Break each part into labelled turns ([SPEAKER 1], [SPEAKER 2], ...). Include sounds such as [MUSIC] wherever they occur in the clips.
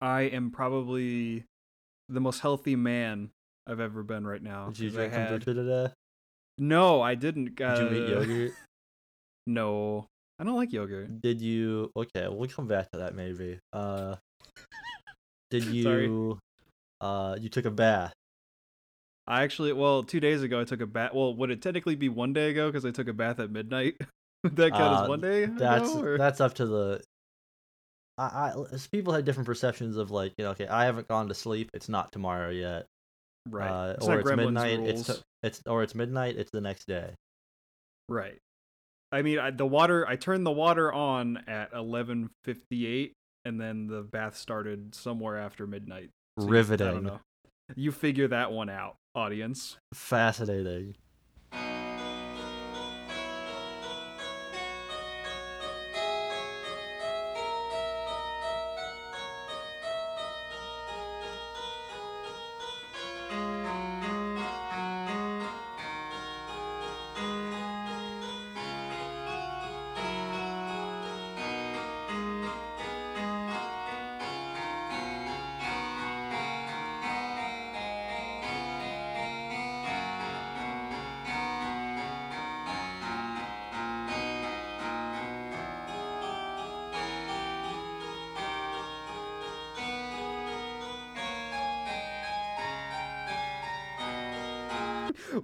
[SPEAKER 1] I am probably the most healthy man I've ever been right now.
[SPEAKER 2] Did you
[SPEAKER 1] 'cause
[SPEAKER 2] drink
[SPEAKER 1] I had...
[SPEAKER 2] kombucha today?
[SPEAKER 1] No, I didn't. Uh,
[SPEAKER 2] Did you
[SPEAKER 1] [LAUGHS]
[SPEAKER 2] eat yogurt?
[SPEAKER 1] No, I don't like yogurt.
[SPEAKER 2] Did you? Okay, we'll come back to that maybe. Uh, did
[SPEAKER 1] [LAUGHS] Sorry.
[SPEAKER 2] you? Uh, you took a bath.
[SPEAKER 1] I actually, well, two days ago I took a bath. Well, would it technically be one day ago because I took a bath at midnight? [LAUGHS] Would that count
[SPEAKER 2] Uh,
[SPEAKER 1] as one day? ago,
[SPEAKER 2] That's
[SPEAKER 1] or-
[SPEAKER 2] that's up to the. I, I s- people have different perceptions of like you know okay I haven't gone to sleep it's not tomorrow yet
[SPEAKER 1] right.
[SPEAKER 2] uh,
[SPEAKER 1] it's
[SPEAKER 2] or
[SPEAKER 1] not
[SPEAKER 2] it's
[SPEAKER 1] Gremlins
[SPEAKER 2] midnight
[SPEAKER 1] rules.
[SPEAKER 2] it's to- it's or it's midnight it's the next day
[SPEAKER 1] Right. I mean, I, the water. I turned the water on at eleven fifty-eight, and then the bath started somewhere after midnight. So you- I don't
[SPEAKER 2] riveting
[SPEAKER 1] know. You figure that one out, audience. [LAUGHS]
[SPEAKER 2] fascinating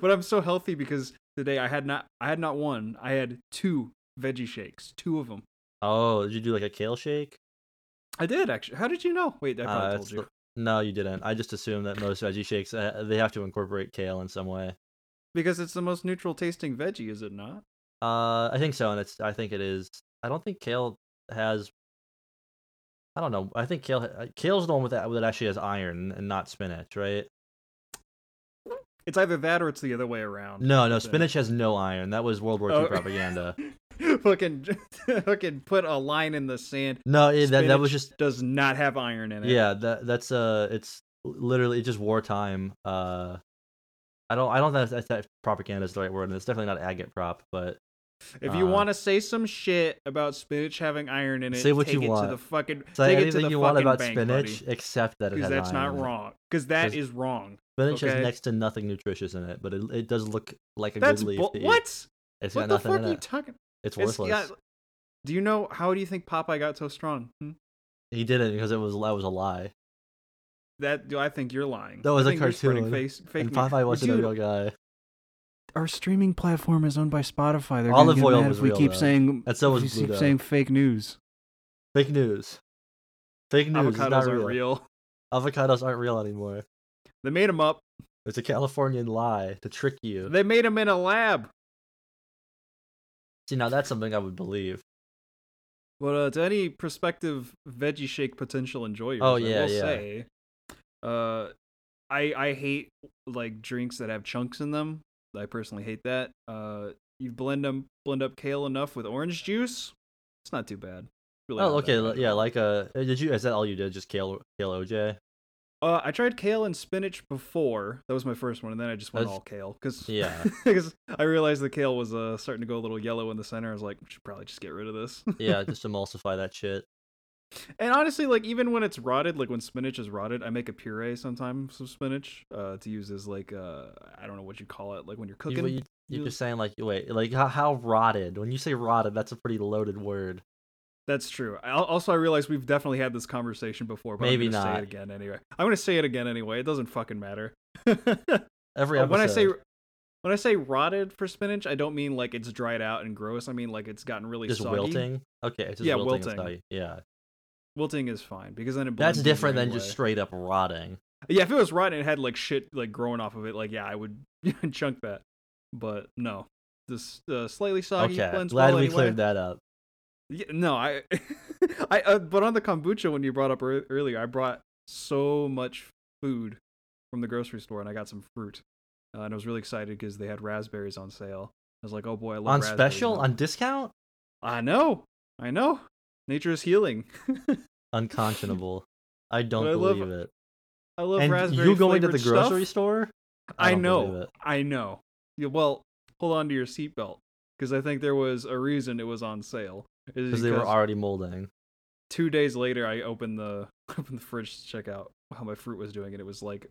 [SPEAKER 1] But I'm so healthy because today I had not. I had not one. I had two veggie shakes. Two of them.
[SPEAKER 2] oh did you do like a kale shake
[SPEAKER 1] I did actually. How did you know? Wait, I
[SPEAKER 2] Uh,
[SPEAKER 1] probably
[SPEAKER 2] it's
[SPEAKER 1] told you.
[SPEAKER 2] the- no you didn't I just assume that most veggie shakes uh, they have to incorporate kale in some way
[SPEAKER 1] Because it's the most neutral tasting veggie, is it not?
[SPEAKER 2] Uh, I think so, and it's. I think it is. I don't think kale has. I don't know. I think kale. ha- uh, Kale's the one with that that actually has iron and not spinach, right?
[SPEAKER 1] It's either that or it's the other way around.
[SPEAKER 2] No, no,
[SPEAKER 1] Yeah.
[SPEAKER 2] spinach has no iron. That was World War II
[SPEAKER 1] Oh.
[SPEAKER 2] propaganda.
[SPEAKER 1] [LAUGHS] fucking, [LAUGHS] fucking put a line in the sand.
[SPEAKER 2] No, it, that that was
[SPEAKER 1] Spinach
[SPEAKER 2] just.
[SPEAKER 1] Does not have iron in it.
[SPEAKER 2] Yeah, that that's uh, it's literally just wartime. Uh, I don't. I don't know if that propaganda is the right word, and it's definitely not agate prop, but
[SPEAKER 1] If you
[SPEAKER 2] Uh,
[SPEAKER 1] want to say some shit about spinach having iron in it,
[SPEAKER 2] Say what
[SPEAKER 1] take
[SPEAKER 2] you
[SPEAKER 1] it
[SPEAKER 2] want.
[SPEAKER 1] to the fucking
[SPEAKER 2] say
[SPEAKER 1] take it to
[SPEAKER 2] anything
[SPEAKER 1] the
[SPEAKER 2] you want
[SPEAKER 1] fucking
[SPEAKER 2] about
[SPEAKER 1] bank,
[SPEAKER 2] spinach except that it
[SPEAKER 1] because
[SPEAKER 2] has
[SPEAKER 1] that's
[SPEAKER 2] iron
[SPEAKER 1] not
[SPEAKER 2] in it.
[SPEAKER 1] wrong. Because that
[SPEAKER 2] 'Cause-
[SPEAKER 1] is wrong.
[SPEAKER 2] Spinach
[SPEAKER 1] Okay.
[SPEAKER 2] has next to nothing nutritious in it, but it, it does look like a
[SPEAKER 1] That's
[SPEAKER 2] good leaf.
[SPEAKER 1] bu-
[SPEAKER 2] to eat.
[SPEAKER 1] what? What
[SPEAKER 2] It's got
[SPEAKER 1] the
[SPEAKER 2] nothing
[SPEAKER 1] fuck
[SPEAKER 2] in
[SPEAKER 1] are you
[SPEAKER 2] it.
[SPEAKER 1] talking?
[SPEAKER 2] It's
[SPEAKER 1] It's-
[SPEAKER 2] worthless.
[SPEAKER 1] yeah, do you know how do you think Popeye got so strong? Hmm?
[SPEAKER 2] He did it because it was that was a lie.
[SPEAKER 1] That do I think you're lying?
[SPEAKER 2] That
[SPEAKER 1] I
[SPEAKER 2] was a
[SPEAKER 1] think you're spreading
[SPEAKER 2] cartoon,
[SPEAKER 1] Face, fake
[SPEAKER 2] and
[SPEAKER 1] news.
[SPEAKER 2] Popeye wasn't
[SPEAKER 1] Dude,
[SPEAKER 2] a real guy.
[SPEAKER 1] our streaming platform is owned by Spotify. They're gonna
[SPEAKER 2] Olive
[SPEAKER 1] get
[SPEAKER 2] oil
[SPEAKER 1] mad
[SPEAKER 2] was
[SPEAKER 1] if we
[SPEAKER 2] real,
[SPEAKER 1] keep
[SPEAKER 2] though.
[SPEAKER 1] saying
[SPEAKER 2] And so
[SPEAKER 1] if
[SPEAKER 2] was
[SPEAKER 1] you
[SPEAKER 2] Blue
[SPEAKER 1] keep
[SPEAKER 2] Dove.
[SPEAKER 1] saying fake news.
[SPEAKER 2] Fake news. Fake news is
[SPEAKER 1] Avocados
[SPEAKER 2] not
[SPEAKER 1] are
[SPEAKER 2] real.
[SPEAKER 1] real.
[SPEAKER 2] Avocados aren't real anymore.
[SPEAKER 1] They made them up.
[SPEAKER 2] It's a Californian lie to trick you.
[SPEAKER 1] They made them in a lab.
[SPEAKER 2] See, now that's something I would believe.
[SPEAKER 1] But uh, to any prospective veggie shake potential enjoyers,
[SPEAKER 2] Oh,
[SPEAKER 1] I
[SPEAKER 2] yeah,
[SPEAKER 1] will
[SPEAKER 2] yeah.
[SPEAKER 1] say, uh, I I hate like drinks that have chunks in them. I personally hate that. Uh, you blend them, blend up kale enough with orange juice. It's not too bad. Really
[SPEAKER 2] Oh,
[SPEAKER 1] not that
[SPEAKER 2] okay,
[SPEAKER 1] bad
[SPEAKER 2] li-
[SPEAKER 1] at
[SPEAKER 2] yeah,
[SPEAKER 1] all.
[SPEAKER 2] like uh, did you? Is that all you did? Just kale,
[SPEAKER 1] [LAUGHS]
[SPEAKER 2] kale OJ?
[SPEAKER 1] Uh, I tried kale and spinach before. That was my first one, and then I just went
[SPEAKER 2] That's-
[SPEAKER 1] all kale because [LAUGHS]
[SPEAKER 2] Yeah,
[SPEAKER 1] I realized the kale was uh, starting to go a little yellow in the center. I was like, we should probably just get rid of this.
[SPEAKER 2] yeah, just emulsify that shit.
[SPEAKER 1] And honestly, like even when it's rotted, like when spinach is rotted, I make a puree sometimes of spinach uh, to use as like uh, I don't know what you call it, like when you're
[SPEAKER 2] You-
[SPEAKER 1] cooking.
[SPEAKER 2] you,
[SPEAKER 1] you-
[SPEAKER 2] are just saying like, wait, like how, how rotted? When you say rotted, that's a pretty loaded word.
[SPEAKER 1] That's true. I, al- also, I realize we've definitely had this conversation before, but
[SPEAKER 2] Maybe
[SPEAKER 1] I'm gonna
[SPEAKER 2] not.
[SPEAKER 1] say it again anyway. I'm gonna say it again anyway. It doesn't fucking matter.
[SPEAKER 2] Every
[SPEAKER 1] [LAUGHS] Uh,
[SPEAKER 2] episode.
[SPEAKER 1] when I say when I say rotted for spinach, I don't mean like it's dried out and gross. I mean like it's gotten really
[SPEAKER 2] just
[SPEAKER 1] soggy.
[SPEAKER 2] wilting. Okay, it's just
[SPEAKER 1] Yeah,
[SPEAKER 2] wilting. is
[SPEAKER 1] wilting.
[SPEAKER 2] how you- Yeah,
[SPEAKER 1] Wilting is fine because then it blends
[SPEAKER 2] that's
[SPEAKER 1] in
[SPEAKER 2] different than
[SPEAKER 1] anyway.
[SPEAKER 2] just straight up rotting.
[SPEAKER 1] Yeah, if it was rotten and had like shit like growing off of it, like yeah, I would [LAUGHS] chunk that. But no, this uh, slightly soggy
[SPEAKER 2] okay,
[SPEAKER 1] blends
[SPEAKER 2] glad
[SPEAKER 1] well
[SPEAKER 2] we
[SPEAKER 1] anyway.
[SPEAKER 2] cleared that up.
[SPEAKER 1] Yeah, no, I, [LAUGHS] I. Uh, but on the kombucha when you brought up ear- earlier, I brought so much food from the grocery store, and I got some fruit, uh, and I was really excited because they had raspberries on sale. I was like, oh boy, I love
[SPEAKER 2] On
[SPEAKER 1] raspberries.
[SPEAKER 2] special, on discount,
[SPEAKER 1] I know, I know, nature is healing. [LAUGHS]
[SPEAKER 2] unconscionable. I don't
[SPEAKER 1] But I love
[SPEAKER 2] believe it.
[SPEAKER 1] I love
[SPEAKER 2] And
[SPEAKER 1] raspberry.
[SPEAKER 2] you going to the
[SPEAKER 1] flavored stuff.
[SPEAKER 2] grocery store? I
[SPEAKER 1] I,
[SPEAKER 2] don't believe
[SPEAKER 1] know.
[SPEAKER 2] it.
[SPEAKER 1] I know. Yeah, well, hold on to your seatbelt because I think there was a reason it was on sale. Is
[SPEAKER 2] Because they were already molding.
[SPEAKER 1] two days later, I opened the [LAUGHS] opened the fridge to check out how my fruit was doing, and it was like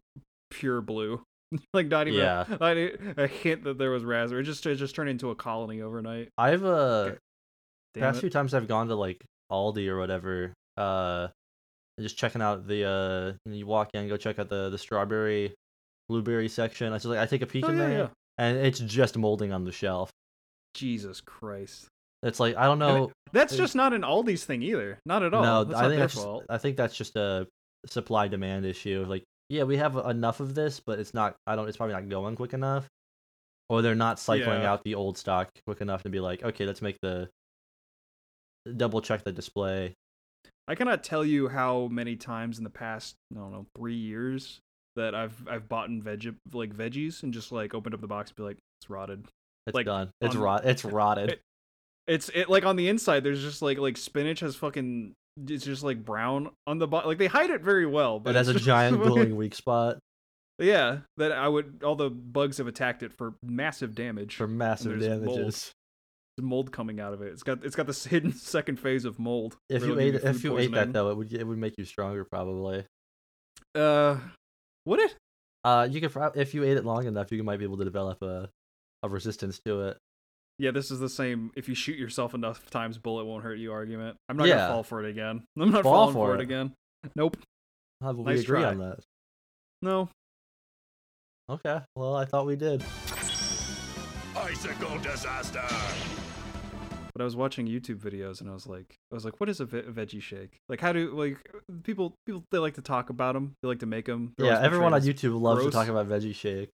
[SPEAKER 1] pure blue, [LAUGHS] like not even
[SPEAKER 2] yeah.
[SPEAKER 1] a, not e- a hint that there was raspberry. It just it just turned into a colony overnight.
[SPEAKER 2] I've uh
[SPEAKER 1] Damn
[SPEAKER 2] past
[SPEAKER 1] it.
[SPEAKER 2] few times I've gone to like Aldi or whatever, uh, and just checking out the uh, and you walk in, go check out the the strawberry, blueberry section. I just like I take a peek
[SPEAKER 1] Oh,
[SPEAKER 2] in
[SPEAKER 1] yeah,
[SPEAKER 2] there,
[SPEAKER 1] yeah.
[SPEAKER 2] and it's just molding on the shelf.
[SPEAKER 1] Jesus Christ.
[SPEAKER 2] It's like I don't
[SPEAKER 1] And
[SPEAKER 2] know.
[SPEAKER 1] That's
[SPEAKER 2] It's-
[SPEAKER 1] just not an Aldi's thing either. Not at all.
[SPEAKER 2] No,
[SPEAKER 1] oh, that's
[SPEAKER 2] I
[SPEAKER 1] not
[SPEAKER 2] think
[SPEAKER 1] their
[SPEAKER 2] that's just,
[SPEAKER 1] fault.
[SPEAKER 2] I think that's just a supply demand issue. Like, yeah, we have enough of this, but it's not. I don't. It's probably not going quick enough, or they're not cycling
[SPEAKER 1] Yeah.
[SPEAKER 2] out the old stock quick enough to be like, okay, let's make the double check the display.
[SPEAKER 1] I cannot tell you how many times in the past, I don't know, three years that I've I've bought in veg like veggies and just like opened up the box and be like, it's rotted.
[SPEAKER 2] It's
[SPEAKER 1] Like,
[SPEAKER 2] done. It's
[SPEAKER 1] on- [LAUGHS]
[SPEAKER 2] rot. It's rotted.
[SPEAKER 1] It's it like on the inside. There's just like like spinach has fucking. It's just like brown on the bottom. Like they hide it very well, but
[SPEAKER 2] It has a
[SPEAKER 1] it's just [LAUGHS]
[SPEAKER 2] giant
[SPEAKER 1] fucking-
[SPEAKER 2] glowing weak spot
[SPEAKER 1] Yeah, that I would. All the bugs have attacked it for massive damage.
[SPEAKER 2] for massive
[SPEAKER 1] there's mold.
[SPEAKER 2] damages.
[SPEAKER 1] There's mold coming out of it. It's got it's got this [LAUGHS] hidden second phase of mold.
[SPEAKER 2] If
[SPEAKER 1] where
[SPEAKER 2] you
[SPEAKER 1] it'll
[SPEAKER 2] ate
[SPEAKER 1] give
[SPEAKER 2] if
[SPEAKER 1] food
[SPEAKER 2] you ate that
[SPEAKER 1] poisoning.
[SPEAKER 2] though, it would it would make you stronger probably.
[SPEAKER 1] uh, would it?
[SPEAKER 2] Uh, you could prob- if you ate it long enough, you might be able to develop a a resistance to it.
[SPEAKER 1] Yeah, this is the same. If you shoot yourself enough times, bullet won't hurt you. Argument. I'm not
[SPEAKER 2] Yeah.
[SPEAKER 1] gonna fall for it again. [LAUGHS] I'm not
[SPEAKER 2] Fall
[SPEAKER 1] falling
[SPEAKER 2] for
[SPEAKER 1] for, it.
[SPEAKER 2] it.
[SPEAKER 1] again. Nope.
[SPEAKER 2] How about Uh, we
[SPEAKER 1] Nice
[SPEAKER 2] agree
[SPEAKER 1] try.
[SPEAKER 2] on that?
[SPEAKER 1] No.
[SPEAKER 2] Okay. Well, I thought we did.
[SPEAKER 3] Icicle disaster!
[SPEAKER 1] But I was watching YouTube videos and I was like, I was like, what is a ve- veggie shake? Like, how do like people people they like to talk about them. They like to make them.
[SPEAKER 2] yeah, everyone on YouTube loves
[SPEAKER 1] gross.
[SPEAKER 2] to talk about veggie shake.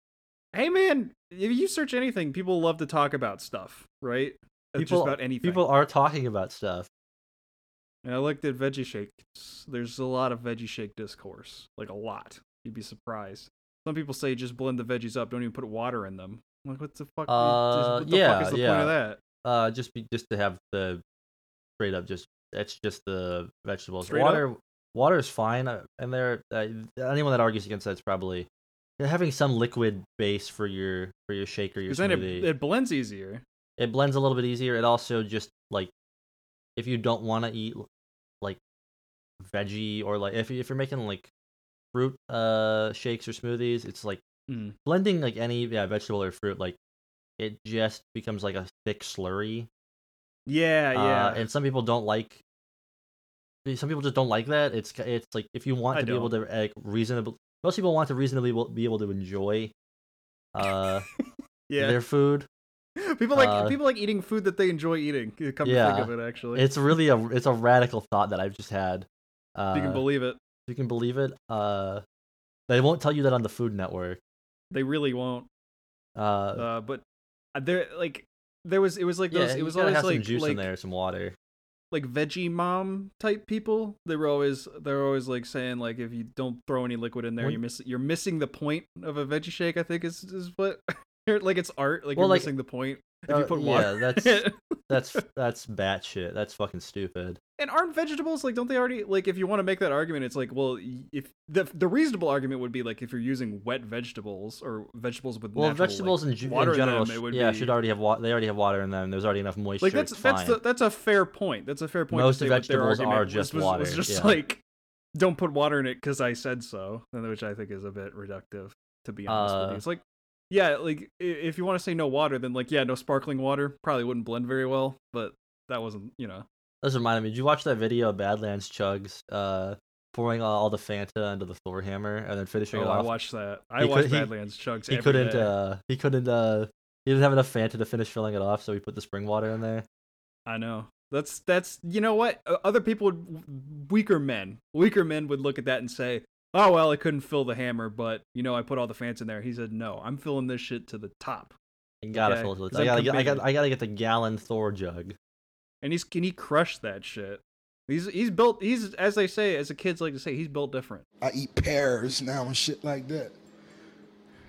[SPEAKER 1] Hey man, if you search anything, people love to talk about stuff, right? Uh,
[SPEAKER 2] People-
[SPEAKER 1] Just about anything.
[SPEAKER 2] People are talking about stuff.
[SPEAKER 1] And I looked at veggie shakes. There's a lot of veggie shake discourse, like a lot. You'd be surprised. Some people say just blend the veggies up, don't even put water in them. I'm like, what the fuck?
[SPEAKER 2] Uh,
[SPEAKER 1] what the
[SPEAKER 2] yeah,
[SPEAKER 1] fuck is the point
[SPEAKER 2] yeah.
[SPEAKER 1] of that?
[SPEAKER 2] Uh, just be just to have the straight up just that's just the vegetables.
[SPEAKER 1] Straight up?
[SPEAKER 2] water water is fine, uh, and there uh, anyone that argues against that's probably you're having some liquid base for your for your shake or your
[SPEAKER 1] Because then it,
[SPEAKER 2] smoothie. It,
[SPEAKER 1] it blends easier.
[SPEAKER 2] blends a little bit easier. It also just like if you don't want to eat like veggie or like if you- if you're making like fruit uh shakes or smoothies, it's like
[SPEAKER 1] Mm.
[SPEAKER 2] blending like any yeah vegetable or fruit like it just becomes like a thick slurry
[SPEAKER 1] Yeah, yeah.
[SPEAKER 2] uh, and some people don't like some people just don't like that it's ki- it's like if you want
[SPEAKER 1] I
[SPEAKER 2] to be able to like reasonable most people want to reasonably will- be able to enjoy uh
[SPEAKER 1] [LAUGHS] yeah.
[SPEAKER 2] their food
[SPEAKER 1] People like
[SPEAKER 2] uh,
[SPEAKER 1] people like eating food that they enjoy eating. you Come to
[SPEAKER 2] yeah.
[SPEAKER 1] think of it, actually,
[SPEAKER 2] it's really a it's a radical thought that i've just had uh
[SPEAKER 1] If you can believe it.
[SPEAKER 2] you can believe it uh they won't tell you that on the food network
[SPEAKER 1] They really won't.
[SPEAKER 2] uh,
[SPEAKER 1] Uh, but there, like, there was it was like
[SPEAKER 2] yeah,
[SPEAKER 1] those. It
[SPEAKER 2] you
[SPEAKER 1] was
[SPEAKER 2] gotta
[SPEAKER 1] always
[SPEAKER 2] have some
[SPEAKER 1] like
[SPEAKER 2] juice in
[SPEAKER 1] like
[SPEAKER 2] there some water
[SPEAKER 1] like veggie mom type people they were always they're always like saying like if you don't throw any liquid in there
[SPEAKER 2] Well-
[SPEAKER 1] you miss you're missing the point of a veggie shake i think is is what [LAUGHS] like it's art like
[SPEAKER 2] Well,
[SPEAKER 1] you're
[SPEAKER 2] like,
[SPEAKER 1] missing the point
[SPEAKER 2] [LAUGHS]
[SPEAKER 1] [LAUGHS] if
[SPEAKER 2] Uh,
[SPEAKER 1] you put
[SPEAKER 2] yeah
[SPEAKER 1] water
[SPEAKER 2] that's [LAUGHS]
[SPEAKER 1] in it.
[SPEAKER 2] That's that's batshit. That's fucking stupid.
[SPEAKER 1] and aren't vegetables like don't they already like if you want to make that argument it's like well y- if the the reasonable argument would be like if you're using wet vegetables or vegetables with
[SPEAKER 2] Well,
[SPEAKER 1] natural, like,
[SPEAKER 2] vegetables in, ju-
[SPEAKER 1] water in
[SPEAKER 2] in general,
[SPEAKER 1] them,
[SPEAKER 2] sh-
[SPEAKER 1] it would
[SPEAKER 2] yeah,
[SPEAKER 1] be-
[SPEAKER 2] should already have water. They already have water in them. There's already enough moisture.
[SPEAKER 1] like that's
[SPEAKER 2] it's
[SPEAKER 1] that's
[SPEAKER 2] fine.
[SPEAKER 1] the, that's a fair point. That's a fair point.
[SPEAKER 2] Most
[SPEAKER 1] to say, but their
[SPEAKER 2] vegetables
[SPEAKER 1] argument
[SPEAKER 2] are just
[SPEAKER 1] was,
[SPEAKER 2] water,
[SPEAKER 1] Was just
[SPEAKER 2] yeah.
[SPEAKER 1] like don't put water in it because I said so, and which I think is a bit reductive. To be honest with
[SPEAKER 2] Uh,
[SPEAKER 1] you, it's like yeah, like i- if you want to say no water, then like yeah, no sparkling water probably wouldn't blend very well. But that wasn't you know
[SPEAKER 2] This reminded me. Did you watch that video of Badlands Chugs uh, pouring all, all the Fanta into the Thor hammer and then finishing
[SPEAKER 1] oh,
[SPEAKER 2] it
[SPEAKER 1] I
[SPEAKER 2] off?
[SPEAKER 1] watched that. I
[SPEAKER 2] He could-
[SPEAKER 1] watched
[SPEAKER 2] he-
[SPEAKER 1] Badlands Chugs.
[SPEAKER 2] he
[SPEAKER 1] every
[SPEAKER 2] couldn't.
[SPEAKER 1] day.
[SPEAKER 2] Uh, he couldn't. Uh, he didn't have enough Fanta to finish filling it off, so he put the spring water in there.
[SPEAKER 1] I know. That's that's you know what O- other people would weaker men weaker men would look at that and say oh well I couldn't fill the hammer but you know I put all the fans in there he said no I'm filling this shit to the top
[SPEAKER 2] And gotta
[SPEAKER 1] Okay,
[SPEAKER 2] fill it. to the-
[SPEAKER 1] 'cause
[SPEAKER 2] I
[SPEAKER 1] I'm
[SPEAKER 2] gotta. Get, I got.
[SPEAKER 1] committed.
[SPEAKER 2] I gotta get the gallon Thor jug.
[SPEAKER 1] and he's can he crush that shit he's he's built he's as they say as the kids like to say he's built different
[SPEAKER 3] I eat pears now and shit like that.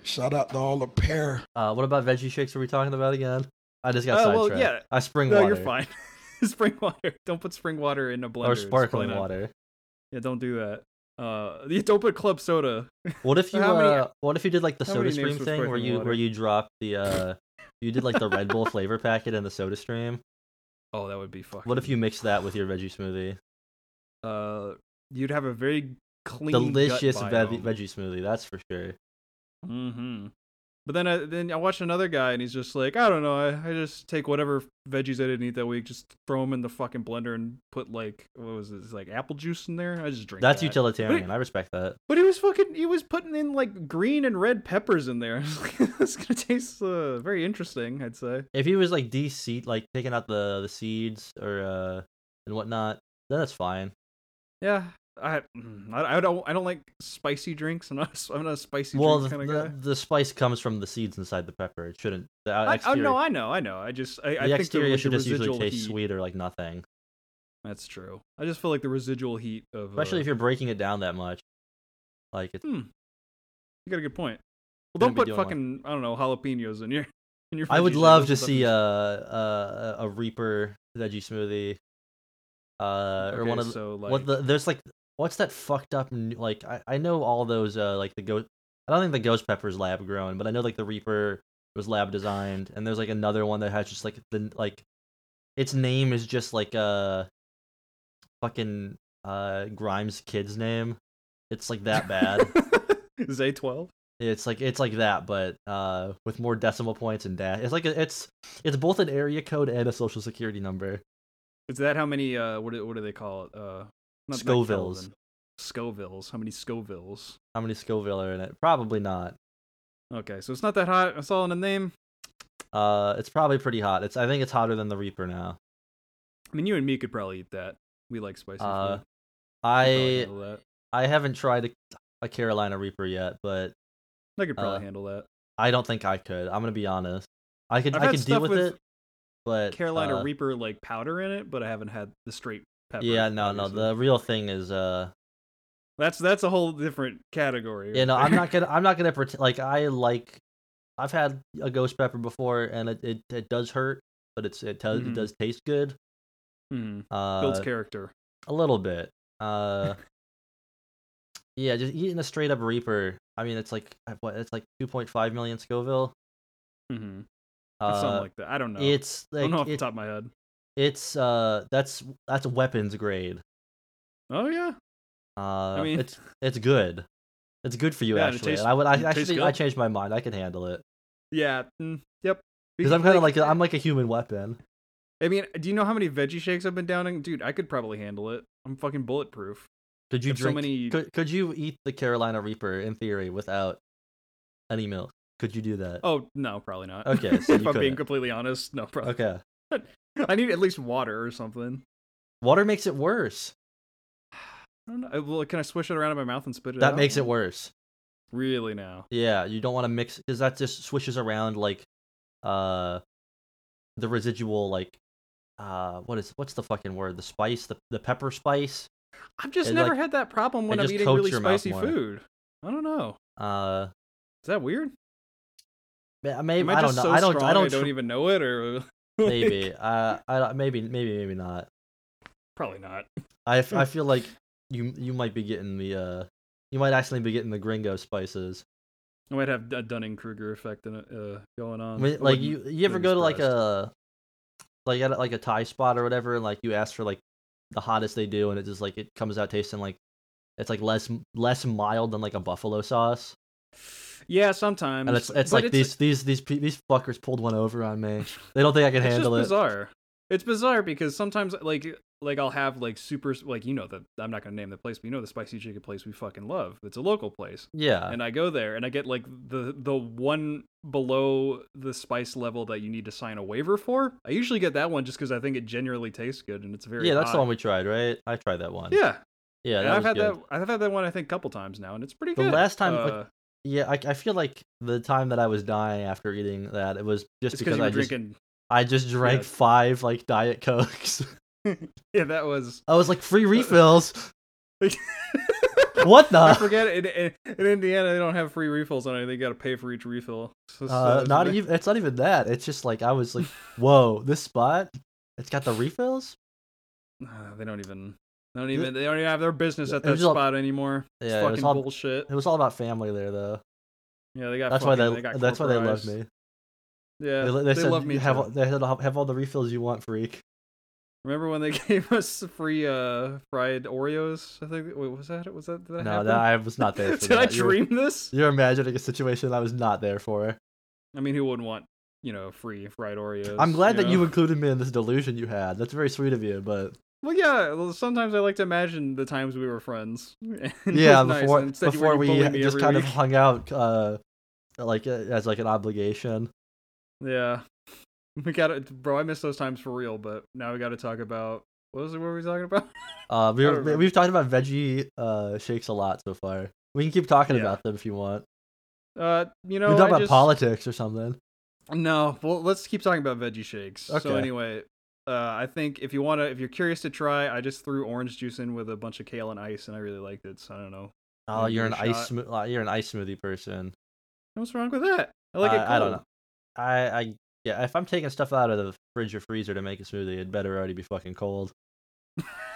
[SPEAKER 3] Shout out to all the pear.
[SPEAKER 2] Uh, what about veggie shakes? Were we talking about again? I just got
[SPEAKER 1] Uh, well,
[SPEAKER 2] sidetracked.
[SPEAKER 1] yeah.
[SPEAKER 2] I spring
[SPEAKER 1] no
[SPEAKER 2] water
[SPEAKER 1] you're fine [LAUGHS] spring water don't put spring water in a blender
[SPEAKER 2] or
[SPEAKER 1] It's probably
[SPEAKER 2] sparkling
[SPEAKER 1] not-
[SPEAKER 2] water.
[SPEAKER 1] [LAUGHS] yeah don't do that uh [LAUGHS] you don't put club soda
[SPEAKER 2] What if you
[SPEAKER 1] How many-
[SPEAKER 2] uh, what if you did like the
[SPEAKER 1] how
[SPEAKER 2] soda
[SPEAKER 1] many names
[SPEAKER 2] stream
[SPEAKER 1] for
[SPEAKER 2] thing where
[SPEAKER 1] sparkling
[SPEAKER 2] you
[SPEAKER 1] water?
[SPEAKER 2] where you dropped
[SPEAKER 1] [LAUGHS]
[SPEAKER 2] the uh you did like the Red Bull flavor packet in the soda stream?
[SPEAKER 1] oh that would be fucking
[SPEAKER 2] What if you mix that with your veggie smoothie?
[SPEAKER 1] uh you'd have a very clean gut
[SPEAKER 2] Delicious veggie,
[SPEAKER 1] biome.
[SPEAKER 2] veggie smoothie, that's for sure.
[SPEAKER 1] Mm-hmm. But then I, then I watched another guy and he's just like, I don't know, I, I just take whatever veggies I didn't eat that week, just throw them in the fucking blender and put like what was this like apple juice in there? I just drink.
[SPEAKER 2] That's
[SPEAKER 1] that.
[SPEAKER 2] utilitarian. I respect that.
[SPEAKER 1] But he was fucking he was putting in like green and red peppers in there. [LAUGHS] it's gonna taste uh, very interesting, I'd say.
[SPEAKER 2] If he was like de-seed, like taking out the the seeds or uh and whatnot, then that's fine.
[SPEAKER 1] Yeah. I mm, I I don't I don't like spicy drinks. I'm not a [LAUGHS] s- I'm not a spicy
[SPEAKER 2] well, the,
[SPEAKER 1] drink kind of
[SPEAKER 2] the, uh,
[SPEAKER 1] guy.
[SPEAKER 2] the spice comes from the seeds inside the pepper. It shouldn't. The out-
[SPEAKER 1] I, oh
[SPEAKER 2] exterior,
[SPEAKER 1] no, I know, I know. I just I, I
[SPEAKER 2] the
[SPEAKER 1] think
[SPEAKER 2] exterior
[SPEAKER 1] the,
[SPEAKER 2] should
[SPEAKER 1] the
[SPEAKER 2] just usually
[SPEAKER 1] residual
[SPEAKER 2] taste
[SPEAKER 1] heat,
[SPEAKER 2] sweet or like nothing,
[SPEAKER 1] That's true. I just feel like the residual heat of
[SPEAKER 2] especially
[SPEAKER 1] uh,
[SPEAKER 2] if you're breaking it down that much. Like
[SPEAKER 1] [LAUGHS]
[SPEAKER 2] it's
[SPEAKER 1] Hmm. You got a good point. Well,
[SPEAKER 2] Gonna
[SPEAKER 1] don't
[SPEAKER 2] be
[SPEAKER 1] put
[SPEAKER 2] doing one.
[SPEAKER 1] fucking I don't know jalapenos in your [LAUGHS] in your.
[SPEAKER 2] I would
[SPEAKER 1] veggies. That
[SPEAKER 2] love to
[SPEAKER 1] doesn't- that
[SPEAKER 2] see uh,
[SPEAKER 1] doesn't-
[SPEAKER 2] uh, a Reaper veggie smoothie, uh, or
[SPEAKER 1] Okay,
[SPEAKER 2] one of the,
[SPEAKER 1] so like
[SPEAKER 2] what the there's like what's that fucked up n- like I, I know all those uh like the ghost I don't think the ghost pepper's lab grown but I know like the Reaper was lab designed and there's like another one that has just like the n- like its name is just like uh fucking uh Grimes kid's name it's like
[SPEAKER 1] [LAUGHS]
[SPEAKER 2] that bad
[SPEAKER 1] Z twelve.
[SPEAKER 2] It's like it's like that, but uh, with more decimal points and dash. It's like a, it's it's both an area code and a social security number.
[SPEAKER 1] Is that how many? Uh, what do, what do they call it? Uh, not- not
[SPEAKER 2] Scovilles.
[SPEAKER 1] Kelvin. Scovilles. How many Scovilles?
[SPEAKER 2] How many Scoville are in it? Probably not.
[SPEAKER 1] Okay, so it's not that hot. It's all in the name.
[SPEAKER 2] Uh, it's probably pretty hot. It's I think it's hotter than the Reaper now.
[SPEAKER 1] I mean, you and me could probably eat that. We like spicy
[SPEAKER 2] Uh,
[SPEAKER 1] food. We could probably
[SPEAKER 2] I
[SPEAKER 1] handle that.
[SPEAKER 2] I haven't tried a, a Carolina Reaper yet, but
[SPEAKER 1] I could probably
[SPEAKER 2] uh,
[SPEAKER 1] handle that.
[SPEAKER 2] I don't think I could. I'm gonna be honest. I could
[SPEAKER 1] I've
[SPEAKER 2] I
[SPEAKER 1] had
[SPEAKER 2] could deal
[SPEAKER 1] stuff
[SPEAKER 2] with,
[SPEAKER 1] with
[SPEAKER 2] it, but
[SPEAKER 1] Carolina
[SPEAKER 2] uh,
[SPEAKER 1] Reaper like powder in it, but I haven't had the straight pepper.
[SPEAKER 2] Yeah, no,
[SPEAKER 1] obviously.
[SPEAKER 2] no. The real thing is uh
[SPEAKER 1] that's that's a whole different category.
[SPEAKER 2] Yeah,
[SPEAKER 1] right
[SPEAKER 2] no, I'm
[SPEAKER 1] there. [LAUGHS]
[SPEAKER 2] not gonna. I'm not gonna pretend. Like I like. I've had a ghost pepper before, and it it, it does hurt, but it's it does
[SPEAKER 1] Mhm.
[SPEAKER 2] it does taste good.
[SPEAKER 1] Mhm.
[SPEAKER 2] Uh,
[SPEAKER 1] Builds character.
[SPEAKER 2] a little bit.
[SPEAKER 1] [LAUGHS]
[SPEAKER 2] Uh, yeah, just eating a straight up reaper. I mean, it's like uh, what? It's like 2.5 million Scoville.
[SPEAKER 1] Mm-hmm. something
[SPEAKER 2] Uh,
[SPEAKER 1] like that. I don't know.
[SPEAKER 2] It's
[SPEAKER 1] I
[SPEAKER 2] like
[SPEAKER 1] don't know off the
[SPEAKER 2] it-
[SPEAKER 1] top of my head.
[SPEAKER 2] it's uh that's that's weapons grade.
[SPEAKER 1] Oh yeah.
[SPEAKER 2] Uh,
[SPEAKER 1] I mean,
[SPEAKER 2] it's it's good. It's good for you
[SPEAKER 1] Yeah, and it
[SPEAKER 2] actually.
[SPEAKER 1] tastes-
[SPEAKER 2] and I would I
[SPEAKER 1] it tastes
[SPEAKER 2] actually I
[SPEAKER 1] good.
[SPEAKER 2] changed my mind. I can handle it
[SPEAKER 1] yeah. mm, yep.
[SPEAKER 2] because I'm kind of like I'm like a human weapon.
[SPEAKER 1] I mean, do you know how many veggie shakes I've been downing? Dude, I could probably handle it. I'm fucking bulletproof.
[SPEAKER 2] Could you
[SPEAKER 1] If so
[SPEAKER 2] drink?
[SPEAKER 1] many-
[SPEAKER 2] Could could you eat the Carolina Reaper in theory without any milk? Could you do that?
[SPEAKER 1] Oh no, probably not.
[SPEAKER 2] Okay,
[SPEAKER 1] [LAUGHS]
[SPEAKER 2] so
[SPEAKER 1] if
[SPEAKER 2] you
[SPEAKER 1] I'm being
[SPEAKER 2] couldn't.
[SPEAKER 1] completely honest, no, probably.
[SPEAKER 2] Okay.
[SPEAKER 1] [LAUGHS] I need at least water or something.
[SPEAKER 2] Water makes it worse.
[SPEAKER 1] I don't know. Uh, Well, can I swish it around in my mouth and spit it out?
[SPEAKER 2] That makes it worse.
[SPEAKER 1] [LAUGHS] Really now.
[SPEAKER 2] Yeah, you don't want to mix because that just swishes around like, uh, the residual like, uh, what is what's the fucking word? The spice, the the pepper spice.
[SPEAKER 1] I've just
[SPEAKER 2] It,
[SPEAKER 1] never
[SPEAKER 2] like-
[SPEAKER 1] had that problem when I'm
[SPEAKER 2] it just
[SPEAKER 1] eating
[SPEAKER 2] coats
[SPEAKER 1] really
[SPEAKER 2] your mouth
[SPEAKER 1] spicy
[SPEAKER 2] more.
[SPEAKER 1] food. I don't know.
[SPEAKER 2] Uh,
[SPEAKER 1] Is that weird?
[SPEAKER 2] ma- maybe
[SPEAKER 1] Am I,
[SPEAKER 2] I don't
[SPEAKER 1] just
[SPEAKER 2] know.
[SPEAKER 1] so
[SPEAKER 2] I don't.
[SPEAKER 1] strong
[SPEAKER 2] I don't. tr-
[SPEAKER 1] even [LAUGHS] know it, or
[SPEAKER 2] maybe. Uh, I don't- maybe maybe maybe not.
[SPEAKER 1] probably not.
[SPEAKER 2] I, f- I
[SPEAKER 1] [LAUGHS]
[SPEAKER 2] feel like you you might be getting the uh you might actually be getting the gringo spices.
[SPEAKER 1] I might have a Dunning Kruger effect in it, uh, going on.
[SPEAKER 2] Wait,
[SPEAKER 1] I
[SPEAKER 2] like
[SPEAKER 1] wouldn't-
[SPEAKER 2] you you ever
[SPEAKER 1] wouldn't
[SPEAKER 2] go
[SPEAKER 1] be
[SPEAKER 2] to like
[SPEAKER 1] surprised.
[SPEAKER 2] a like at a- like a Thai spot or whatever and like you ask for like the hottest they do and it just like it comes out tasting like it's like less less mild than like a buffalo sauce
[SPEAKER 1] Yeah, sometimes.
[SPEAKER 2] and it's it's
[SPEAKER 1] but
[SPEAKER 2] like these these these pe- these fuckers pulled one over
[SPEAKER 1] [LAUGHS]
[SPEAKER 2] on me. They don't think I can
[SPEAKER 1] it's
[SPEAKER 2] handle
[SPEAKER 1] just
[SPEAKER 2] it.
[SPEAKER 1] bizarre. It's bizarre because sometimes like like I'll have like super like you know the I'm not gonna name the place, but you know the spicy chicken place we fucking love. It's a local place,
[SPEAKER 2] Yeah,
[SPEAKER 1] and I go there and I get like the the one below the spice level that you need to sign a waiver for. I usually get that one just because I think it genuinely tastes good and it's very
[SPEAKER 2] yeah, that's the
[SPEAKER 1] hot.
[SPEAKER 2] one we tried, right? I tried that one.
[SPEAKER 1] Yeah,
[SPEAKER 2] yeah,
[SPEAKER 1] and
[SPEAKER 2] that
[SPEAKER 1] I've
[SPEAKER 2] was
[SPEAKER 1] had
[SPEAKER 2] good.
[SPEAKER 1] that I've had that one I think a couple times now, and it's pretty
[SPEAKER 2] The
[SPEAKER 1] good.
[SPEAKER 2] last time, like,
[SPEAKER 1] uh,
[SPEAKER 2] Yeah, I, I feel like the time that I was dying after eating that, it was just
[SPEAKER 1] it's because
[SPEAKER 2] because
[SPEAKER 1] you
[SPEAKER 2] I
[SPEAKER 1] were
[SPEAKER 2] just
[SPEAKER 1] drinking. [LAUGHS]
[SPEAKER 2] I just drank
[SPEAKER 1] Yeah.
[SPEAKER 2] five like diet cokes. [LAUGHS]
[SPEAKER 1] Yeah, that was
[SPEAKER 2] I was like free refills. What
[SPEAKER 1] I
[SPEAKER 2] the?
[SPEAKER 1] forget in, in, in Indiana they don't have free refills on anything. You got to pay for each refill. So, so
[SPEAKER 2] Uh,
[SPEAKER 1] that's
[SPEAKER 2] not
[SPEAKER 1] the-
[SPEAKER 2] even. It's not even that. It's just like I was like, whoa, this spot. It's got the refills.
[SPEAKER 1] Uh, they don't even. They don't even. They don't even have their business at
[SPEAKER 2] It was
[SPEAKER 1] that
[SPEAKER 2] all-
[SPEAKER 1] spot anymore. It's
[SPEAKER 2] Yeah, it was
[SPEAKER 1] fucking
[SPEAKER 2] all-
[SPEAKER 1] bullshit.
[SPEAKER 2] It was all about family there, though.
[SPEAKER 1] Yeah, they got.
[SPEAKER 2] That's why
[SPEAKER 1] fucking,
[SPEAKER 2] they.
[SPEAKER 1] got
[SPEAKER 2] that's why they love
[SPEAKER 1] corporatized.
[SPEAKER 2] me.
[SPEAKER 1] Yeah,
[SPEAKER 2] They,
[SPEAKER 1] they,
[SPEAKER 2] they said
[SPEAKER 1] love me.
[SPEAKER 2] "You have all-
[SPEAKER 1] too.
[SPEAKER 2] they said, have all the refills you want, freak.
[SPEAKER 1] Remember when they [LAUGHS] gave us free uh fried Oreos? I think wait, was that was that did that
[SPEAKER 2] No,
[SPEAKER 1] happen?
[SPEAKER 2] that, I was
[SPEAKER 1] [LAUGHS]
[SPEAKER 2] not there for
[SPEAKER 1] did
[SPEAKER 2] that.
[SPEAKER 1] I
[SPEAKER 2] You're-
[SPEAKER 1] dream this?
[SPEAKER 2] You're imagining a situation I was not there for.
[SPEAKER 1] I mean, who wouldn't want you know free fried Oreos?
[SPEAKER 2] I'm glad that
[SPEAKER 1] know?
[SPEAKER 2] you included me in this delusion you had. That's very sweet of you, but
[SPEAKER 1] Well, yeah. Well, sometimes I like to imagine the times we were friends. [LAUGHS] And [LAUGHS] it was
[SPEAKER 2] yeah,
[SPEAKER 1] nice,
[SPEAKER 2] before
[SPEAKER 1] and instead you-
[SPEAKER 2] before
[SPEAKER 1] you
[SPEAKER 2] we uh,
[SPEAKER 1] bully me
[SPEAKER 2] just
[SPEAKER 1] every
[SPEAKER 2] kind of
[SPEAKER 1] week. [LAUGHS]
[SPEAKER 2] hung out, uh, like uh, as like an obligation.
[SPEAKER 1] yeah. We got it, bro. I miss those times for real. But now we got to talk about what was it? What were we talking about? [LAUGHS]
[SPEAKER 2] Uh, we
[SPEAKER 1] I
[SPEAKER 2] were,
[SPEAKER 1] remember.
[SPEAKER 2] we've talked about veggie uh shakes a lot so far. We can keep talking
[SPEAKER 1] Yeah.
[SPEAKER 2] about them if you want.
[SPEAKER 1] Uh, you
[SPEAKER 2] we
[SPEAKER 1] know,
[SPEAKER 2] can talk
[SPEAKER 1] I
[SPEAKER 2] about
[SPEAKER 1] just,
[SPEAKER 2] politics or something.
[SPEAKER 1] No, well, let's keep talking about veggie shakes. So
[SPEAKER 2] Okay.
[SPEAKER 1] anyway, uh, I think if you wanna, if you're curious to try, I just threw orange juice in with a bunch of kale and ice, and I really liked it. So I don't know.
[SPEAKER 2] Oh,
[SPEAKER 1] Maybe
[SPEAKER 2] you're an
[SPEAKER 1] a
[SPEAKER 2] ice
[SPEAKER 1] shot.
[SPEAKER 2] smo- uh, you're an ice smoothie person.
[SPEAKER 1] What's wrong with that? I like it.
[SPEAKER 2] I- I don't
[SPEAKER 1] cold.
[SPEAKER 2] know. I, I yeah, if I'm taking stuff out of the fridge or freezer to make a smoothie, it better already be fucking cold.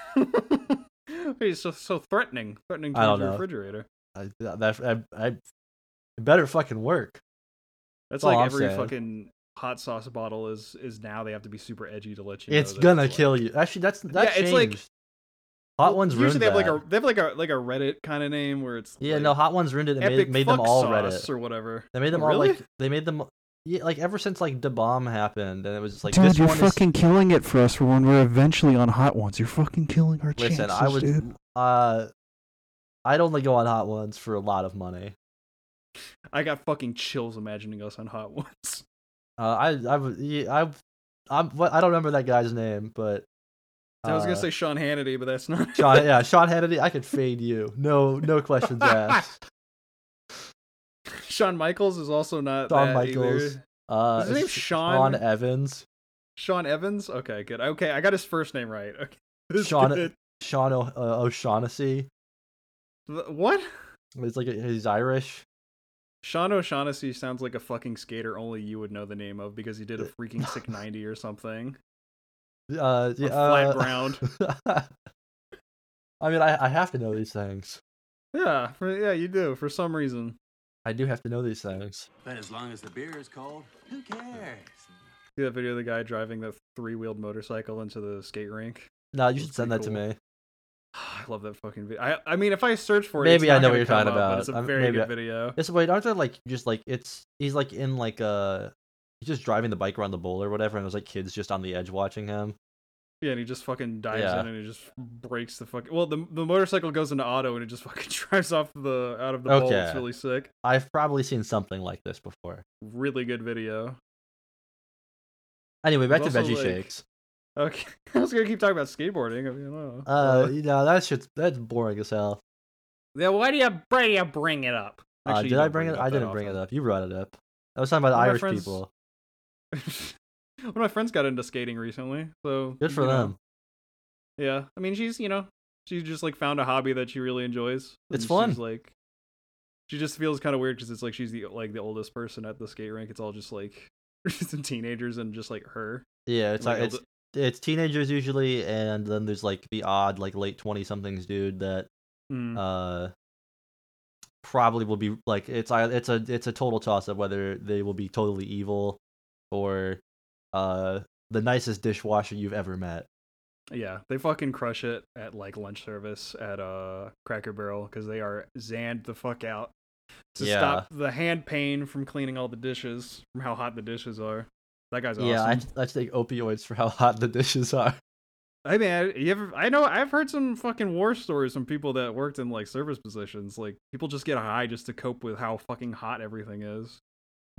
[SPEAKER 1] [LAUGHS] He's so so threatening, threatening
[SPEAKER 2] I don't
[SPEAKER 1] to the
[SPEAKER 2] know.
[SPEAKER 1] refrigerator.
[SPEAKER 2] I, that I, I it better fucking work.
[SPEAKER 1] That's
[SPEAKER 2] Well,
[SPEAKER 1] like
[SPEAKER 2] I'm
[SPEAKER 1] every
[SPEAKER 2] sad.
[SPEAKER 1] fucking hot sauce bottle is is now they have to be super edgy to let you. know
[SPEAKER 2] it's
[SPEAKER 1] that
[SPEAKER 2] gonna
[SPEAKER 1] like-
[SPEAKER 2] kill you. Actually, that's that
[SPEAKER 1] Yeah, it's like-
[SPEAKER 2] changed. Hot
[SPEAKER 1] Well,
[SPEAKER 2] ones
[SPEAKER 1] Usually
[SPEAKER 2] ruined
[SPEAKER 1] they have like
[SPEAKER 2] that.
[SPEAKER 1] a they have like a like a Reddit kind of name where it's
[SPEAKER 2] yeah,
[SPEAKER 1] like
[SPEAKER 2] no, hot ones ruined it. They
[SPEAKER 1] epic
[SPEAKER 2] made, made them
[SPEAKER 1] fuck
[SPEAKER 2] all
[SPEAKER 1] sauce
[SPEAKER 2] Reddit.
[SPEAKER 1] or whatever.
[SPEAKER 2] They made them all
[SPEAKER 1] Oh, Really?
[SPEAKER 2] like they made them yeah, like ever since like the bomb happened, and it was just like
[SPEAKER 4] dude,
[SPEAKER 2] this
[SPEAKER 4] you're
[SPEAKER 2] one
[SPEAKER 4] fucking killing it for us for when we're eventually on hot ones. You're fucking killing our
[SPEAKER 2] is. Listen,
[SPEAKER 4] chances,
[SPEAKER 2] I would
[SPEAKER 4] dude.
[SPEAKER 2] uh, I'd only go on hot ones for a lot of money.
[SPEAKER 1] I got fucking chills imagining us on hot [LAUGHS] ones.
[SPEAKER 2] Uh, I I would yeah, I I'm what I don't remember that guy's name, but
[SPEAKER 1] I was gonna
[SPEAKER 2] uh,
[SPEAKER 1] say [LAUGHS] Sean Hannity, but that's not
[SPEAKER 2] Sean.
[SPEAKER 1] [LAUGHS]
[SPEAKER 2] Yeah, Sean Hannity. I could fade you. No, no questions asked.
[SPEAKER 1] Shawn Michaels is also not
[SPEAKER 2] Shawn
[SPEAKER 1] that
[SPEAKER 2] Michaels.
[SPEAKER 1] either.
[SPEAKER 2] Uh,
[SPEAKER 1] Is his name
[SPEAKER 2] it's
[SPEAKER 1] Sean?
[SPEAKER 2] Sean Evans.
[SPEAKER 1] Sean Evans. Okay, good. Okay, I got his first name right. [LAUGHS] Okay, This is
[SPEAKER 2] Sean-
[SPEAKER 1] good.
[SPEAKER 2] Sean o- uh, O'Shaughnessy.
[SPEAKER 1] Th- What?
[SPEAKER 2] He's like he's Irish.
[SPEAKER 1] Sean O'Shaughnessy sounds like a fucking skater only you would know the name of because he did a [LAUGHS] freaking sick 90 or something.
[SPEAKER 2] Uh, yeah,
[SPEAKER 1] flat
[SPEAKER 2] uh,
[SPEAKER 1] ground.
[SPEAKER 2] [LAUGHS] I mean, I, I have to know these things.
[SPEAKER 1] Yeah, for, yeah, you do for some reason.
[SPEAKER 2] I do have to know these things.
[SPEAKER 5] But as long as the beer is cold, who cares?
[SPEAKER 1] See that video of the guy driving the three-wheeled motorcycle into the skate rink? [SIGHS]
[SPEAKER 2] No, you should
[SPEAKER 1] That's
[SPEAKER 2] send that
[SPEAKER 1] pretty
[SPEAKER 2] to me.
[SPEAKER 1] I love that fucking video. I, I mean, if I search for it,
[SPEAKER 2] Maybe
[SPEAKER 1] it's
[SPEAKER 2] I
[SPEAKER 1] not
[SPEAKER 2] know what
[SPEAKER 1] gonna
[SPEAKER 2] you're
[SPEAKER 1] come
[SPEAKER 2] talking
[SPEAKER 1] up, but
[SPEAKER 2] about.
[SPEAKER 1] It's a
[SPEAKER 2] I'm-
[SPEAKER 1] very
[SPEAKER 2] maybe
[SPEAKER 1] good
[SPEAKER 2] I-
[SPEAKER 1] video.
[SPEAKER 2] It's wait, aren't there like just like it's he's like in like uh he's just driving the bike around the bowl or whatever, and there's like kids just on the edge watching him.
[SPEAKER 1] Yeah, and he just fucking dives
[SPEAKER 2] Yeah.
[SPEAKER 1] in and he just breaks the fucking. Well, the the motorcycle goes into auto and it just [LAUGHS] fucking drives off the out of the bowl. It's
[SPEAKER 2] Okay.
[SPEAKER 1] really sick.
[SPEAKER 2] I've probably seen something like this before.
[SPEAKER 1] Really good video.
[SPEAKER 2] Anyway, back to
[SPEAKER 1] There's also,
[SPEAKER 2] veggie
[SPEAKER 1] like,
[SPEAKER 2] shakes.
[SPEAKER 1] Okay, [LAUGHS] I was gonna keep talking about skateboarding. I mean, I don't know.
[SPEAKER 2] Uh, you know that shit's that's boring as hell.
[SPEAKER 1] Yeah, why do you why do you bring it up?
[SPEAKER 2] Uh,
[SPEAKER 1] Actually, you
[SPEAKER 2] did I
[SPEAKER 1] don't
[SPEAKER 2] bring it? I
[SPEAKER 1] that
[SPEAKER 2] didn't bring it
[SPEAKER 1] often.
[SPEAKER 2] up. You brought it up. I was talking about
[SPEAKER 1] One of my
[SPEAKER 2] Irish
[SPEAKER 1] friends-
[SPEAKER 2] people.
[SPEAKER 1] [LAUGHS] One of my friends got into skating recently, so
[SPEAKER 2] Good for
[SPEAKER 1] you know,
[SPEAKER 2] them.
[SPEAKER 1] Yeah, I mean, she's you know, she's just like found a hobby that she really enjoys. and
[SPEAKER 2] It's fun.
[SPEAKER 1] She's like, she just feels kind of weird because it's like she's the like the oldest person at the skate rink. It's all just like [LAUGHS] some teenagers and just like her.
[SPEAKER 2] Yeah, it's
[SPEAKER 1] Like,
[SPEAKER 2] like, it's
[SPEAKER 1] elder-
[SPEAKER 2] it's teenagers usually, and then there's like the odd like late twenty somethings dude that
[SPEAKER 1] Mm.
[SPEAKER 2] uh probably will be like it's ei- it's a it's a total toss up whether they will be totally evil or uh the nicest dishwasher you've ever met.
[SPEAKER 1] yeah, they fucking crush it at like lunch service at uh Cracker Barrel because they are zanned the fuck out to
[SPEAKER 2] Yeah.
[SPEAKER 1] stop the hand pain from cleaning all the dishes from how hot the dishes are. That guy's awesome.
[SPEAKER 2] Yeah, I I take opioids for how [LAUGHS] hot the dishes are.
[SPEAKER 1] I mean, I- you ever? I know I've heard some fucking war stories from people that worked in like service positions. Like people just get high just to cope with how fucking hot everything is.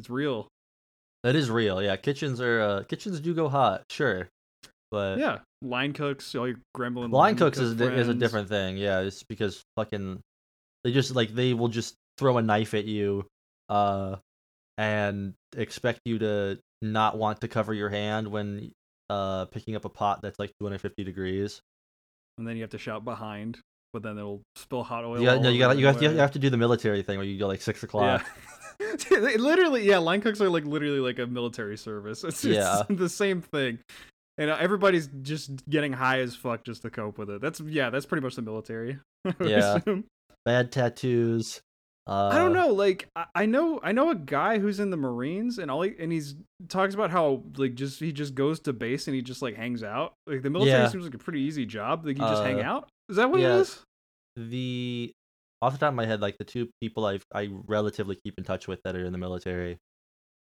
[SPEAKER 1] It's real.
[SPEAKER 2] That is real. Yeah, kitchens are uh kitchens do go hot, sure, but
[SPEAKER 1] Yeah, line cooks, all your gremlin.
[SPEAKER 2] Uh, Line cooks
[SPEAKER 1] cook
[SPEAKER 2] is, di- is a
[SPEAKER 1] friends.
[SPEAKER 2] different thing. Yeah, it's because fucking they just like they will just throw a knife at you, uh, and expect you to not want to cover your hand when uh picking up a pot that's like 250 degrees.
[SPEAKER 1] And then you have to shout behind, but then they'll spill hot oil.
[SPEAKER 2] You got,
[SPEAKER 1] all
[SPEAKER 2] no, you
[SPEAKER 1] over
[SPEAKER 2] got you got you
[SPEAKER 1] everywhere.
[SPEAKER 2] have to do the military thing where you go like six o'clock.
[SPEAKER 1] Yeah. Dude, they [LAUGHS] literally, yeah, line cooks are like literally like a military service. [LAUGHS] It's,
[SPEAKER 2] Yeah.
[SPEAKER 1] it's the same thing. And uh, everybody's just getting high as fuck just [LAUGHS] to cope with it. That's yeah, that's pretty much the military. I would
[SPEAKER 2] Yeah.
[SPEAKER 1] assume.
[SPEAKER 2] Bad tattoos. Uh,
[SPEAKER 1] I don't know. Like I, I know I know a guy who's in the Marines and all he, and he's talks about how like just he just goes to base and he just like hangs out. Like the military
[SPEAKER 2] Yeah.
[SPEAKER 1] seems like a pretty easy job. Like you just hang
[SPEAKER 2] Uh,
[SPEAKER 1] out. Is that what
[SPEAKER 2] yeah.
[SPEAKER 1] it is?
[SPEAKER 2] The off the top of my head, like the two people I I relatively keep in touch with that are in the military.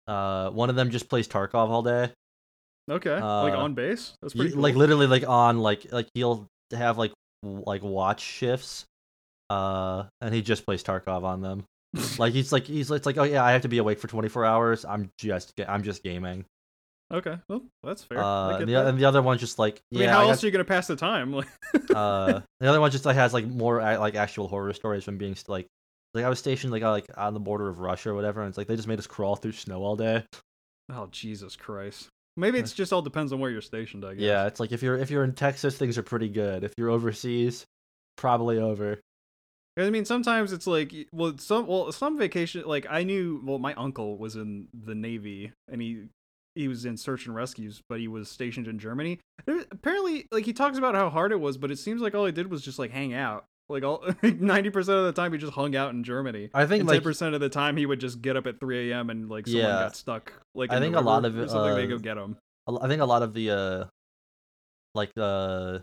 [SPEAKER 2] Uh, one of them just plays Tarkov all day.
[SPEAKER 1] Okay. like
[SPEAKER 2] Uh,
[SPEAKER 1] on base. That's
[SPEAKER 2] Ye-
[SPEAKER 1] pretty. Cool.
[SPEAKER 2] like literally like on like like he'll have like w- like watch shifts uh and he just plays tarkov
[SPEAKER 1] [LAUGHS]
[SPEAKER 2] on them like he's like he's it's like oh yeah i have to be awake for 24 hours i'm just ga- i'm just gaming
[SPEAKER 1] okay. Well, that's fair.
[SPEAKER 2] uh
[SPEAKER 1] I get
[SPEAKER 2] and the,
[SPEAKER 1] that.
[SPEAKER 2] and the other one's just like
[SPEAKER 1] I mean,
[SPEAKER 2] yeah
[SPEAKER 1] how
[SPEAKER 2] I
[SPEAKER 1] else
[SPEAKER 2] got-
[SPEAKER 1] are you gonna pass the time? [LAUGHS] Like, [LAUGHS]
[SPEAKER 2] uh the other one just like has like more a- like actual horror stories from being st- like like i was stationed like uh, like on the border of russia or whatever and it's like they just made us crawl through snow all day
[SPEAKER 1] oh Jesus Christ! Maybe it's just all depends on where you're stationed. I guess.
[SPEAKER 2] yeah it's like if you're if you're in texas things are pretty good if you're overseas probably over
[SPEAKER 1] 'Cause, I mean, sometimes it's like, y- well, some, well, some vacation. Like I knew, well, my uncle was in the Navy, and he he was in search and rescues, but he was stationed in Germany. It was- apparently, like he talks about how hard it was, but it seems like all he did was just like hang out. Like all [LAUGHS] ninety percent of the time, he just hung out in Germany.
[SPEAKER 2] i think
[SPEAKER 1] And ten
[SPEAKER 2] like
[SPEAKER 1] percent of the time, he would just get up at three a.m. and like someone
[SPEAKER 2] Yeah.
[SPEAKER 1] got stuck. Like
[SPEAKER 2] I
[SPEAKER 1] in the
[SPEAKER 2] think a lot
[SPEAKER 1] river
[SPEAKER 2] of
[SPEAKER 1] or something, they
[SPEAKER 2] it,
[SPEAKER 1] go
[SPEAKER 2] uh,
[SPEAKER 1] get him.
[SPEAKER 2] a lo- I think a lot of the uh like uh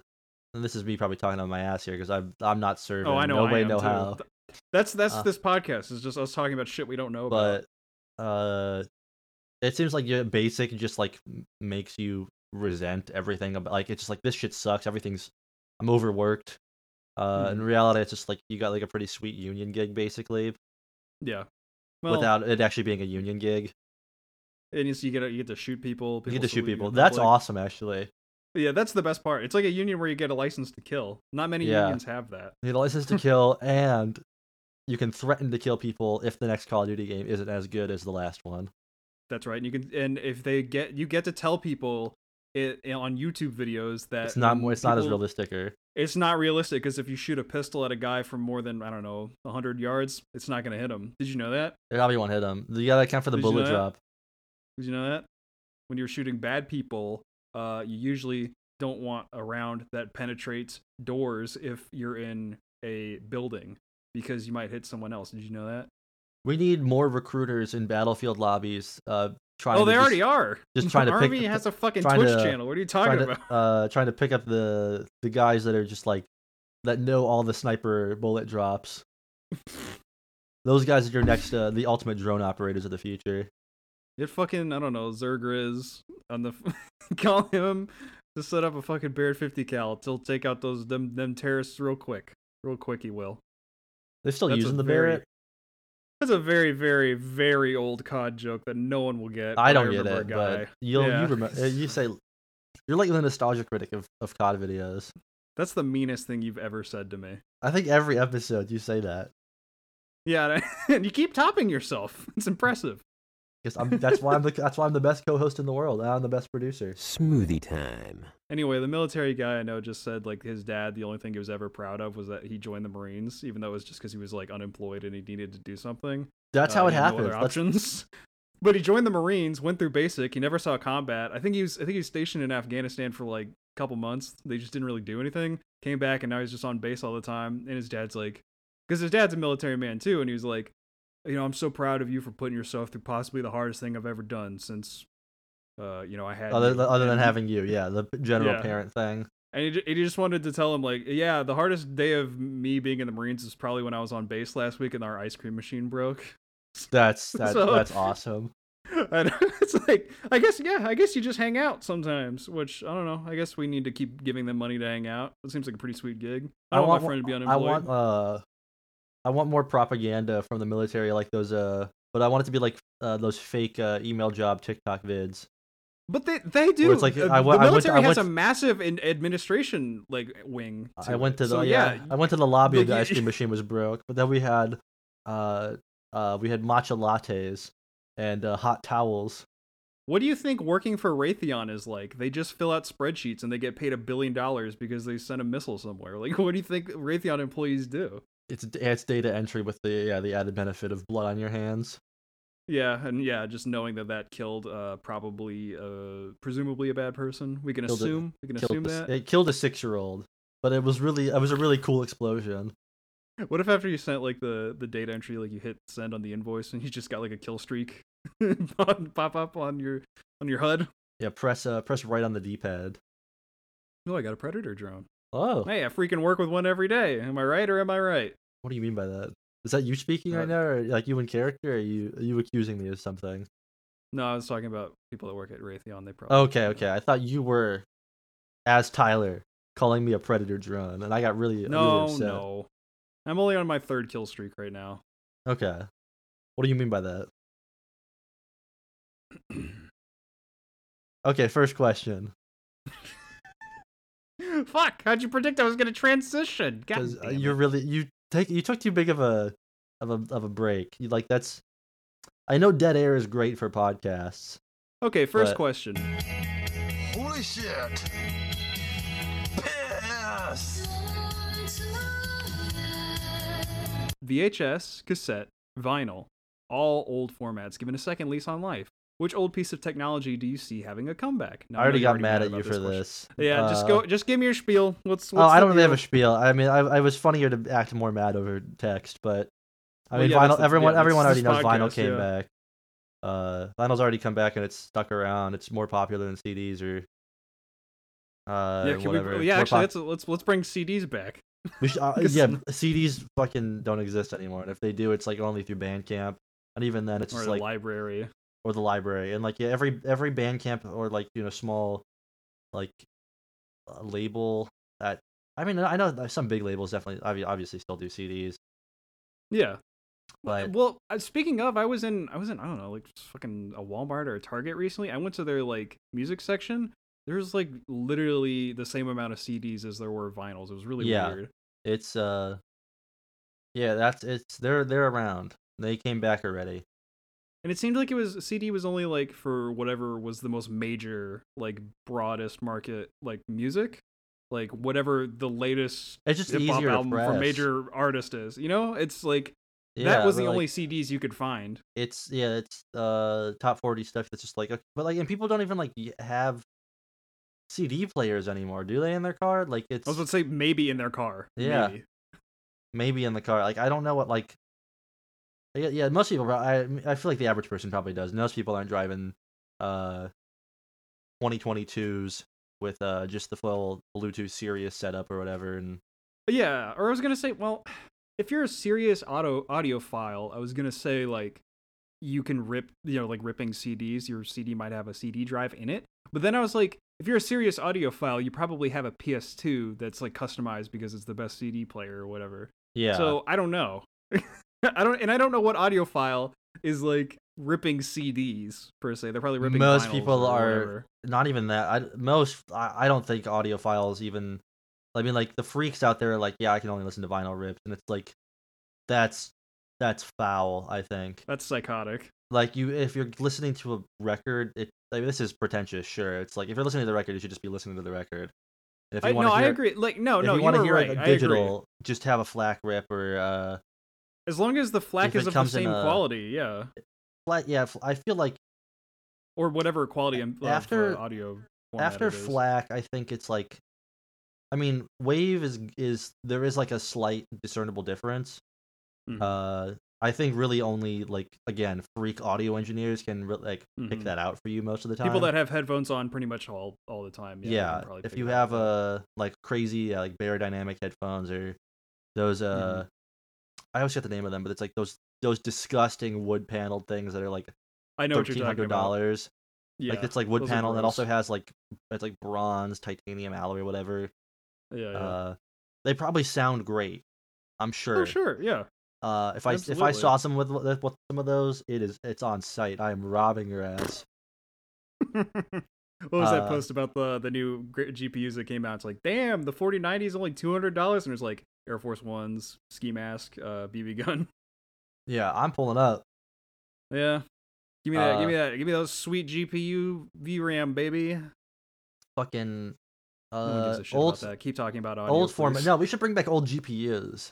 [SPEAKER 2] and this is me probably talking on my ass here because I'm I'm not serving.
[SPEAKER 1] Oh, I know.
[SPEAKER 2] No
[SPEAKER 1] I
[SPEAKER 2] way,
[SPEAKER 1] am
[SPEAKER 2] no
[SPEAKER 1] too.
[SPEAKER 2] how.
[SPEAKER 1] Th- That's that's
[SPEAKER 2] Uh,
[SPEAKER 1] this podcast is just us talking about shit we don't know about.
[SPEAKER 2] But uh, it seems like your basic just like m- makes you resent everything about like it's just like this shit sucks. Everything's I'm overworked. Uh,
[SPEAKER 1] Mm-hmm.
[SPEAKER 2] in reality, it's just like you got like a pretty sweet union gig basically
[SPEAKER 1] Yeah. Well,
[SPEAKER 2] without it actually being a union gig.
[SPEAKER 1] and you, so you get to- you get to shoot people.
[SPEAKER 2] you get to shoot
[SPEAKER 1] salute you in
[SPEAKER 2] people. That's
[SPEAKER 1] public.
[SPEAKER 2] awesome actually.
[SPEAKER 1] Yeah, that's the best part. It's like a union where you get a license to kill. Not many
[SPEAKER 2] Yeah.
[SPEAKER 1] unions have that.
[SPEAKER 2] You need a license to kill, and you can threaten to kill people if the next Call of Duty game isn't as good as the last one.
[SPEAKER 1] That's right. And you can and if they get you get to tell people it on YouTube videos that
[SPEAKER 2] It's not
[SPEAKER 1] when
[SPEAKER 2] more. It's not as
[SPEAKER 1] Uh, mm, people-
[SPEAKER 2] realistic. Or
[SPEAKER 1] It's not realistic because if you shoot a pistol at a guy from more than I don't know 100 yards, it's not going to hit him. Did you know that?
[SPEAKER 2] it probably won't hit them. You gotta account for the
[SPEAKER 1] Did you
[SPEAKER 2] bullet
[SPEAKER 1] know that?
[SPEAKER 2] drop.
[SPEAKER 1] Did you know that? When you're shooting bad people, uh, you usually don't want a round that penetrates doors if you're in a building because you might hit someone else. Did you know that?
[SPEAKER 2] We need more recruiters in battlefield lobbies. Uh, trying.
[SPEAKER 1] oh,
[SPEAKER 2] to
[SPEAKER 1] they
[SPEAKER 2] just,
[SPEAKER 1] already are.
[SPEAKER 2] just trying to pick-
[SPEAKER 1] Army has a fucking
[SPEAKER 2] trying
[SPEAKER 1] Twitch
[SPEAKER 2] to-
[SPEAKER 1] channel. What are you
[SPEAKER 2] Trying
[SPEAKER 1] talking
[SPEAKER 2] to,
[SPEAKER 1] about?
[SPEAKER 2] uh, trying to pick up the the guys that are just like that know all the sniper bullet
[SPEAKER 1] [LAUGHS]
[SPEAKER 2] drops. Those guys are your next, uh, the ultimate drone operators of the future.
[SPEAKER 1] Get fucking I don't know Zergriz on the [LAUGHS] call him to set up a fucking Baird 50 cal. He'll take out those them them terrorists real quick, real quick. He will.
[SPEAKER 2] They're still
[SPEAKER 1] That's a
[SPEAKER 2] using the
[SPEAKER 1] very-
[SPEAKER 2] Barrett.
[SPEAKER 1] That's a very, very, very old COD joke that no one will get.
[SPEAKER 2] I
[SPEAKER 1] but
[SPEAKER 2] don't get
[SPEAKER 1] remember
[SPEAKER 2] it,
[SPEAKER 1] a guy.
[SPEAKER 2] but you'll
[SPEAKER 1] Yeah.
[SPEAKER 2] you remember you say you're like the nostalgia critic of, of COD videos.
[SPEAKER 1] [LAUGHS] That's the meanest thing you've ever said to me.
[SPEAKER 2] I think every episode you say that
[SPEAKER 1] Yeah, [LAUGHS] and you keep topping yourself. [LAUGHS] It's impressive.
[SPEAKER 2] because I'm that's why I'm the that's why I'm the best co-host in the world. and I'm the best producer.
[SPEAKER 6] Smoothie time.
[SPEAKER 1] Anyway, the military guy I know just said like his dad, the only thing he was ever proud of was that he joined the Marines, even though it was just because he was like unemployed and he needed to do something.
[SPEAKER 2] That's
[SPEAKER 1] Uh,
[SPEAKER 2] how it
[SPEAKER 1] he had no
[SPEAKER 2] happens.
[SPEAKER 1] other
[SPEAKER 2] That's-
[SPEAKER 1] options. [LAUGHS] But he joined the Marines, went through basic. He never saw combat. I think he was. I think he was stationed in Afghanistan for like a couple months. They just didn't really do anything. Came back and now he's just on base all the time. And his dad's like, because his dad's a military man too, and he was like, you know, I'm so proud of you for putting yourself through possibly the hardest thing I've ever done since, uh, you know, I had
[SPEAKER 2] other,
[SPEAKER 1] you."
[SPEAKER 2] other than
[SPEAKER 1] And-
[SPEAKER 2] having you, yeah, the general
[SPEAKER 1] Yeah.
[SPEAKER 2] parent thing.
[SPEAKER 1] and he, ju- he just wanted to tell him, like, yeah, the hardest day of me being in the Marines is probably when I was on base last week and our ice cream machine broke. [LAUGHS]
[SPEAKER 2] That's that,
[SPEAKER 1] So-
[SPEAKER 2] that's awesome.
[SPEAKER 1] [LAUGHS] I know, it's like I guess yeah, I guess you just hang out sometimes, which I don't know. I guess we need to keep giving them money to hang out. It seems like a pretty sweet gig. I don't want, my friend to be
[SPEAKER 2] I
[SPEAKER 1] unemployed.
[SPEAKER 2] want uh, I want more propaganda from the military, like those uh, but I want it to be like uh, those fake uh, email job TikTok vids.
[SPEAKER 1] but they they do.
[SPEAKER 2] it's like,
[SPEAKER 1] Uh,
[SPEAKER 2] I wa- I
[SPEAKER 1] the
[SPEAKER 2] went-
[SPEAKER 1] military
[SPEAKER 2] I
[SPEAKER 1] has
[SPEAKER 2] went-
[SPEAKER 1] a massive in- administration like wing.
[SPEAKER 2] I went to the
[SPEAKER 1] so,
[SPEAKER 2] yeah, I went to the lobby
[SPEAKER 1] the-
[SPEAKER 2] of the
[SPEAKER 1] you-
[SPEAKER 2] ice cream machine was broke, but then we had uh uh we had matcha lattes and uh, hot towels.
[SPEAKER 1] What do you think working for Raytheon is like? They just fill out spreadsheets and they get paid a billion dollars because they sent a missile somewhere. Like, [LAUGHS] what do you think Raytheon employees do?
[SPEAKER 2] It's it's data entry with the yeah the added benefit of blood on your hands.
[SPEAKER 1] Yeah, and yeah, just knowing that that killed uh, probably, uh, presumably a bad person. We can
[SPEAKER 2] Killed a-
[SPEAKER 1] assume. we can
[SPEAKER 2] Killed
[SPEAKER 1] assume
[SPEAKER 2] a s-
[SPEAKER 1] that.
[SPEAKER 2] It killed a six year old, but it was really it was a really cool explosion.
[SPEAKER 1] What if after you sent like the the data entry, like you hit send on the invoice, and you just got like a kill streak [LAUGHS] pop pop up on your on your HUD?
[SPEAKER 2] Yeah, press uh, press right on the D-pad.
[SPEAKER 1] Oh, I got a predator drone.
[SPEAKER 2] Oh,
[SPEAKER 1] Hey, I freaking work with one every day. Am I right or am I right?
[SPEAKER 2] what do you mean by that? Is that you speaking
[SPEAKER 1] Uh,
[SPEAKER 2] right now, or like you in character? Or are you are you accusing me of something?
[SPEAKER 1] No, I was talking about people that work at Raytheon. They probably
[SPEAKER 2] Okay, okay. I thought you were, as Tyler, calling me a predator drone, and I got really
[SPEAKER 1] No,
[SPEAKER 2] really upset.
[SPEAKER 1] no. I'm only on my third kill streak right now. [GASPS]
[SPEAKER 2] Okay, what do you mean by that? okay, first question.
[SPEAKER 1] Fuck! How'd you predict I was gonna transition? God
[SPEAKER 2] because uh,
[SPEAKER 1] damn
[SPEAKER 2] you're
[SPEAKER 1] it.
[SPEAKER 2] really you take you took too big of a of a of a break. You like that's I know dead air is great for podcasts.
[SPEAKER 1] okay. First
[SPEAKER 2] but-
[SPEAKER 1] question.
[SPEAKER 3] Holy shit.
[SPEAKER 1] VHS, cassette, vinyl, all old formats given a second lease on life. Which old piece of technology do you see having a comeback? Now,
[SPEAKER 2] I already
[SPEAKER 1] know you're
[SPEAKER 2] got mad at
[SPEAKER 1] about
[SPEAKER 2] you for
[SPEAKER 1] question.
[SPEAKER 2] this.
[SPEAKER 1] Yeah, just
[SPEAKER 2] Uh,
[SPEAKER 1] go. Just give me your spiel. What's,
[SPEAKER 2] Oh,
[SPEAKER 1] what's
[SPEAKER 2] I
[SPEAKER 1] the
[SPEAKER 2] don't really have a
[SPEAKER 1] deal?
[SPEAKER 2] spiel. I mean, I, I was funnier to act more mad over text, but I
[SPEAKER 1] Well,
[SPEAKER 2] mean,
[SPEAKER 1] yeah, that's-
[SPEAKER 2] vinyl.
[SPEAKER 1] that's-
[SPEAKER 2] everyone,
[SPEAKER 1] yeah, that's-
[SPEAKER 2] everyone already
[SPEAKER 1] this
[SPEAKER 2] knows vinyl
[SPEAKER 1] podcast,
[SPEAKER 2] came
[SPEAKER 1] yeah.
[SPEAKER 2] back. Uh, vinyl's already come back and it's stuck around. It's more popular than CDs or uh,
[SPEAKER 1] yeah, can
[SPEAKER 2] whatever.
[SPEAKER 1] we, yeah
[SPEAKER 2] More
[SPEAKER 1] actually,
[SPEAKER 2] pop-
[SPEAKER 1] that's, let's let's bring CDs back.
[SPEAKER 2] We should, uh,
[SPEAKER 1] Because-
[SPEAKER 2] yeah, [LAUGHS] CDs fucking don't exist anymore, and if they do, it's like only through Bandcamp, and even then, it's
[SPEAKER 1] or
[SPEAKER 2] just
[SPEAKER 1] the
[SPEAKER 2] like
[SPEAKER 1] library.
[SPEAKER 2] or the library, and like yeah, every every Bandcamp or like you know small, like, uh, label that I mean I know that some big labels definitely obvi- obviously still do CDs,
[SPEAKER 1] Yeah.
[SPEAKER 2] but
[SPEAKER 1] Well, uh, speaking of, I was in I was in I don't know like just fucking a Walmart or a Target recently. I went to their like music section. There's like literally the same amount of CDs as there were vinyls. It was really
[SPEAKER 2] Yeah.
[SPEAKER 1] weird.
[SPEAKER 2] it's uh, yeah, that's it's they're they're around. They came back already.
[SPEAKER 1] And it seemed like it was CD was only like for whatever was the most major, like broadest market, like music, like whatever the latest
[SPEAKER 2] It's just
[SPEAKER 1] hip hop
[SPEAKER 2] easier
[SPEAKER 1] album
[SPEAKER 2] to press.
[SPEAKER 1] for major artist is. You know, it's like
[SPEAKER 2] Yeah,
[SPEAKER 1] that was
[SPEAKER 2] but,
[SPEAKER 1] the
[SPEAKER 2] like,
[SPEAKER 1] only CDs you could find.
[SPEAKER 2] it's yeah it's uh top 40 stuff that's just like ok- but like and people don't even like y- have cd players anymore do they in their car like it's
[SPEAKER 1] I was gonna say maybe in their car.
[SPEAKER 2] Yeah.
[SPEAKER 1] maybe.
[SPEAKER 2] maybe in the car like i don't know what like yeah, yeah most people prob- i i feel like the average person probably does most people aren't driving uh 2022s with uh just the full bluetooth sirius setup or whatever and
[SPEAKER 1] Yeah, or I was gonna say, well, [SIGHS] if you're a serious auto audiophile, I was gonna say like you can rip, you know, like ripping CDs. Your CD might have a CD drive in it, but then I was like, if you're a serious audiophile, you probably have a PS2 that's like customized because it's the best CD player or whatever.
[SPEAKER 2] yeah
[SPEAKER 1] So I don't know. [LAUGHS] I don't, and I don't know what audiophile is like ripping CDs per se. They're probably ripping.
[SPEAKER 2] Most
[SPEAKER 1] vinyls
[SPEAKER 2] people
[SPEAKER 1] or
[SPEAKER 2] are-
[SPEAKER 1] whatever.
[SPEAKER 2] not even that. I most I, I don't think audiophiles even. I mean, like the freaks out there are like, yeah, I can only listen to vinyl ripped, and it's like, that's that's foul. I think
[SPEAKER 1] That's psychotic.
[SPEAKER 2] like you if you're listening to a record, it I mean, this is pretentious. Sure, it's like if you're listening to the record, you should just be listening to the record. And if
[SPEAKER 1] I,
[SPEAKER 2] you
[SPEAKER 1] no,
[SPEAKER 2] want to
[SPEAKER 1] I
[SPEAKER 2] hear,
[SPEAKER 1] agree. Like, no,
[SPEAKER 2] if
[SPEAKER 1] no,
[SPEAKER 2] you
[SPEAKER 1] want to
[SPEAKER 2] hear
[SPEAKER 1] right.
[SPEAKER 2] it
[SPEAKER 1] I
[SPEAKER 2] on
[SPEAKER 1] agree.
[SPEAKER 2] digital, just have a FLAC rip or uh,
[SPEAKER 1] As long as the flack
[SPEAKER 2] If it
[SPEAKER 1] is of the
[SPEAKER 2] comes in
[SPEAKER 1] same
[SPEAKER 2] a-
[SPEAKER 1] quality, yeah,
[SPEAKER 2] flat. Yeah, fl- I feel like
[SPEAKER 1] or whatever quality and
[SPEAKER 2] After-
[SPEAKER 1] uh, audio. format
[SPEAKER 2] after
[SPEAKER 1] it is.
[SPEAKER 2] flack i think it's like i mean wave is is there is like a slight discernible difference
[SPEAKER 1] Mhm.
[SPEAKER 2] uh i think really only like again freak audio engineers can re- like pick
[SPEAKER 1] Mhm.
[SPEAKER 2] that out for you most of the time
[SPEAKER 1] people that have headphones on pretty much all all the time. Yeah,
[SPEAKER 2] yeah,
[SPEAKER 1] can probably
[SPEAKER 2] if
[SPEAKER 1] pick
[SPEAKER 2] you
[SPEAKER 1] it
[SPEAKER 2] have
[SPEAKER 1] up.
[SPEAKER 2] a like crazy uh, like barodynamic headphones or those
[SPEAKER 1] Mm-hmm.
[SPEAKER 2] uh i always get the name of them but it's like those those disgusting wood paneled things that are like
[SPEAKER 1] I know what you're
[SPEAKER 2] thirteen
[SPEAKER 1] talking
[SPEAKER 2] hundred
[SPEAKER 1] about.
[SPEAKER 2] dollars.
[SPEAKER 1] Yeah,
[SPEAKER 2] Like it's like wood
[SPEAKER 1] those are
[SPEAKER 2] panel that also
[SPEAKER 1] gross.
[SPEAKER 2] has like it's like bronze, titanium alloy, whatever.
[SPEAKER 1] yeah, yeah.
[SPEAKER 2] Uh, they probably sound great. I'm sure.
[SPEAKER 1] Oh sure, yeah. [LAUGHS]
[SPEAKER 2] Uh, if I if I
[SPEAKER 1] Absolutely.
[SPEAKER 2] saw some with, with with some of those, it is it's on site. I am robbing your ass.
[SPEAKER 1] what was that
[SPEAKER 2] Uh,
[SPEAKER 1] post about the the new gr- GPUs that came out? It's like, damn, the 4090 is only two hundred dollars, and there's like Air Force Ones, ski mask, uh, BB gun. [LAUGHS]
[SPEAKER 2] Yeah, I'm pulling up.
[SPEAKER 1] Yeah, give me that,
[SPEAKER 2] Uh,
[SPEAKER 1] give me that, give me those sweet GPU VRAM, baby.
[SPEAKER 2] Fucking
[SPEAKER 1] no one
[SPEAKER 2] uh,
[SPEAKER 1] gives a shit
[SPEAKER 2] old
[SPEAKER 1] about that. Keep talking about audio.
[SPEAKER 2] old format.
[SPEAKER 1] please.
[SPEAKER 2] No, we should bring back old GPUs.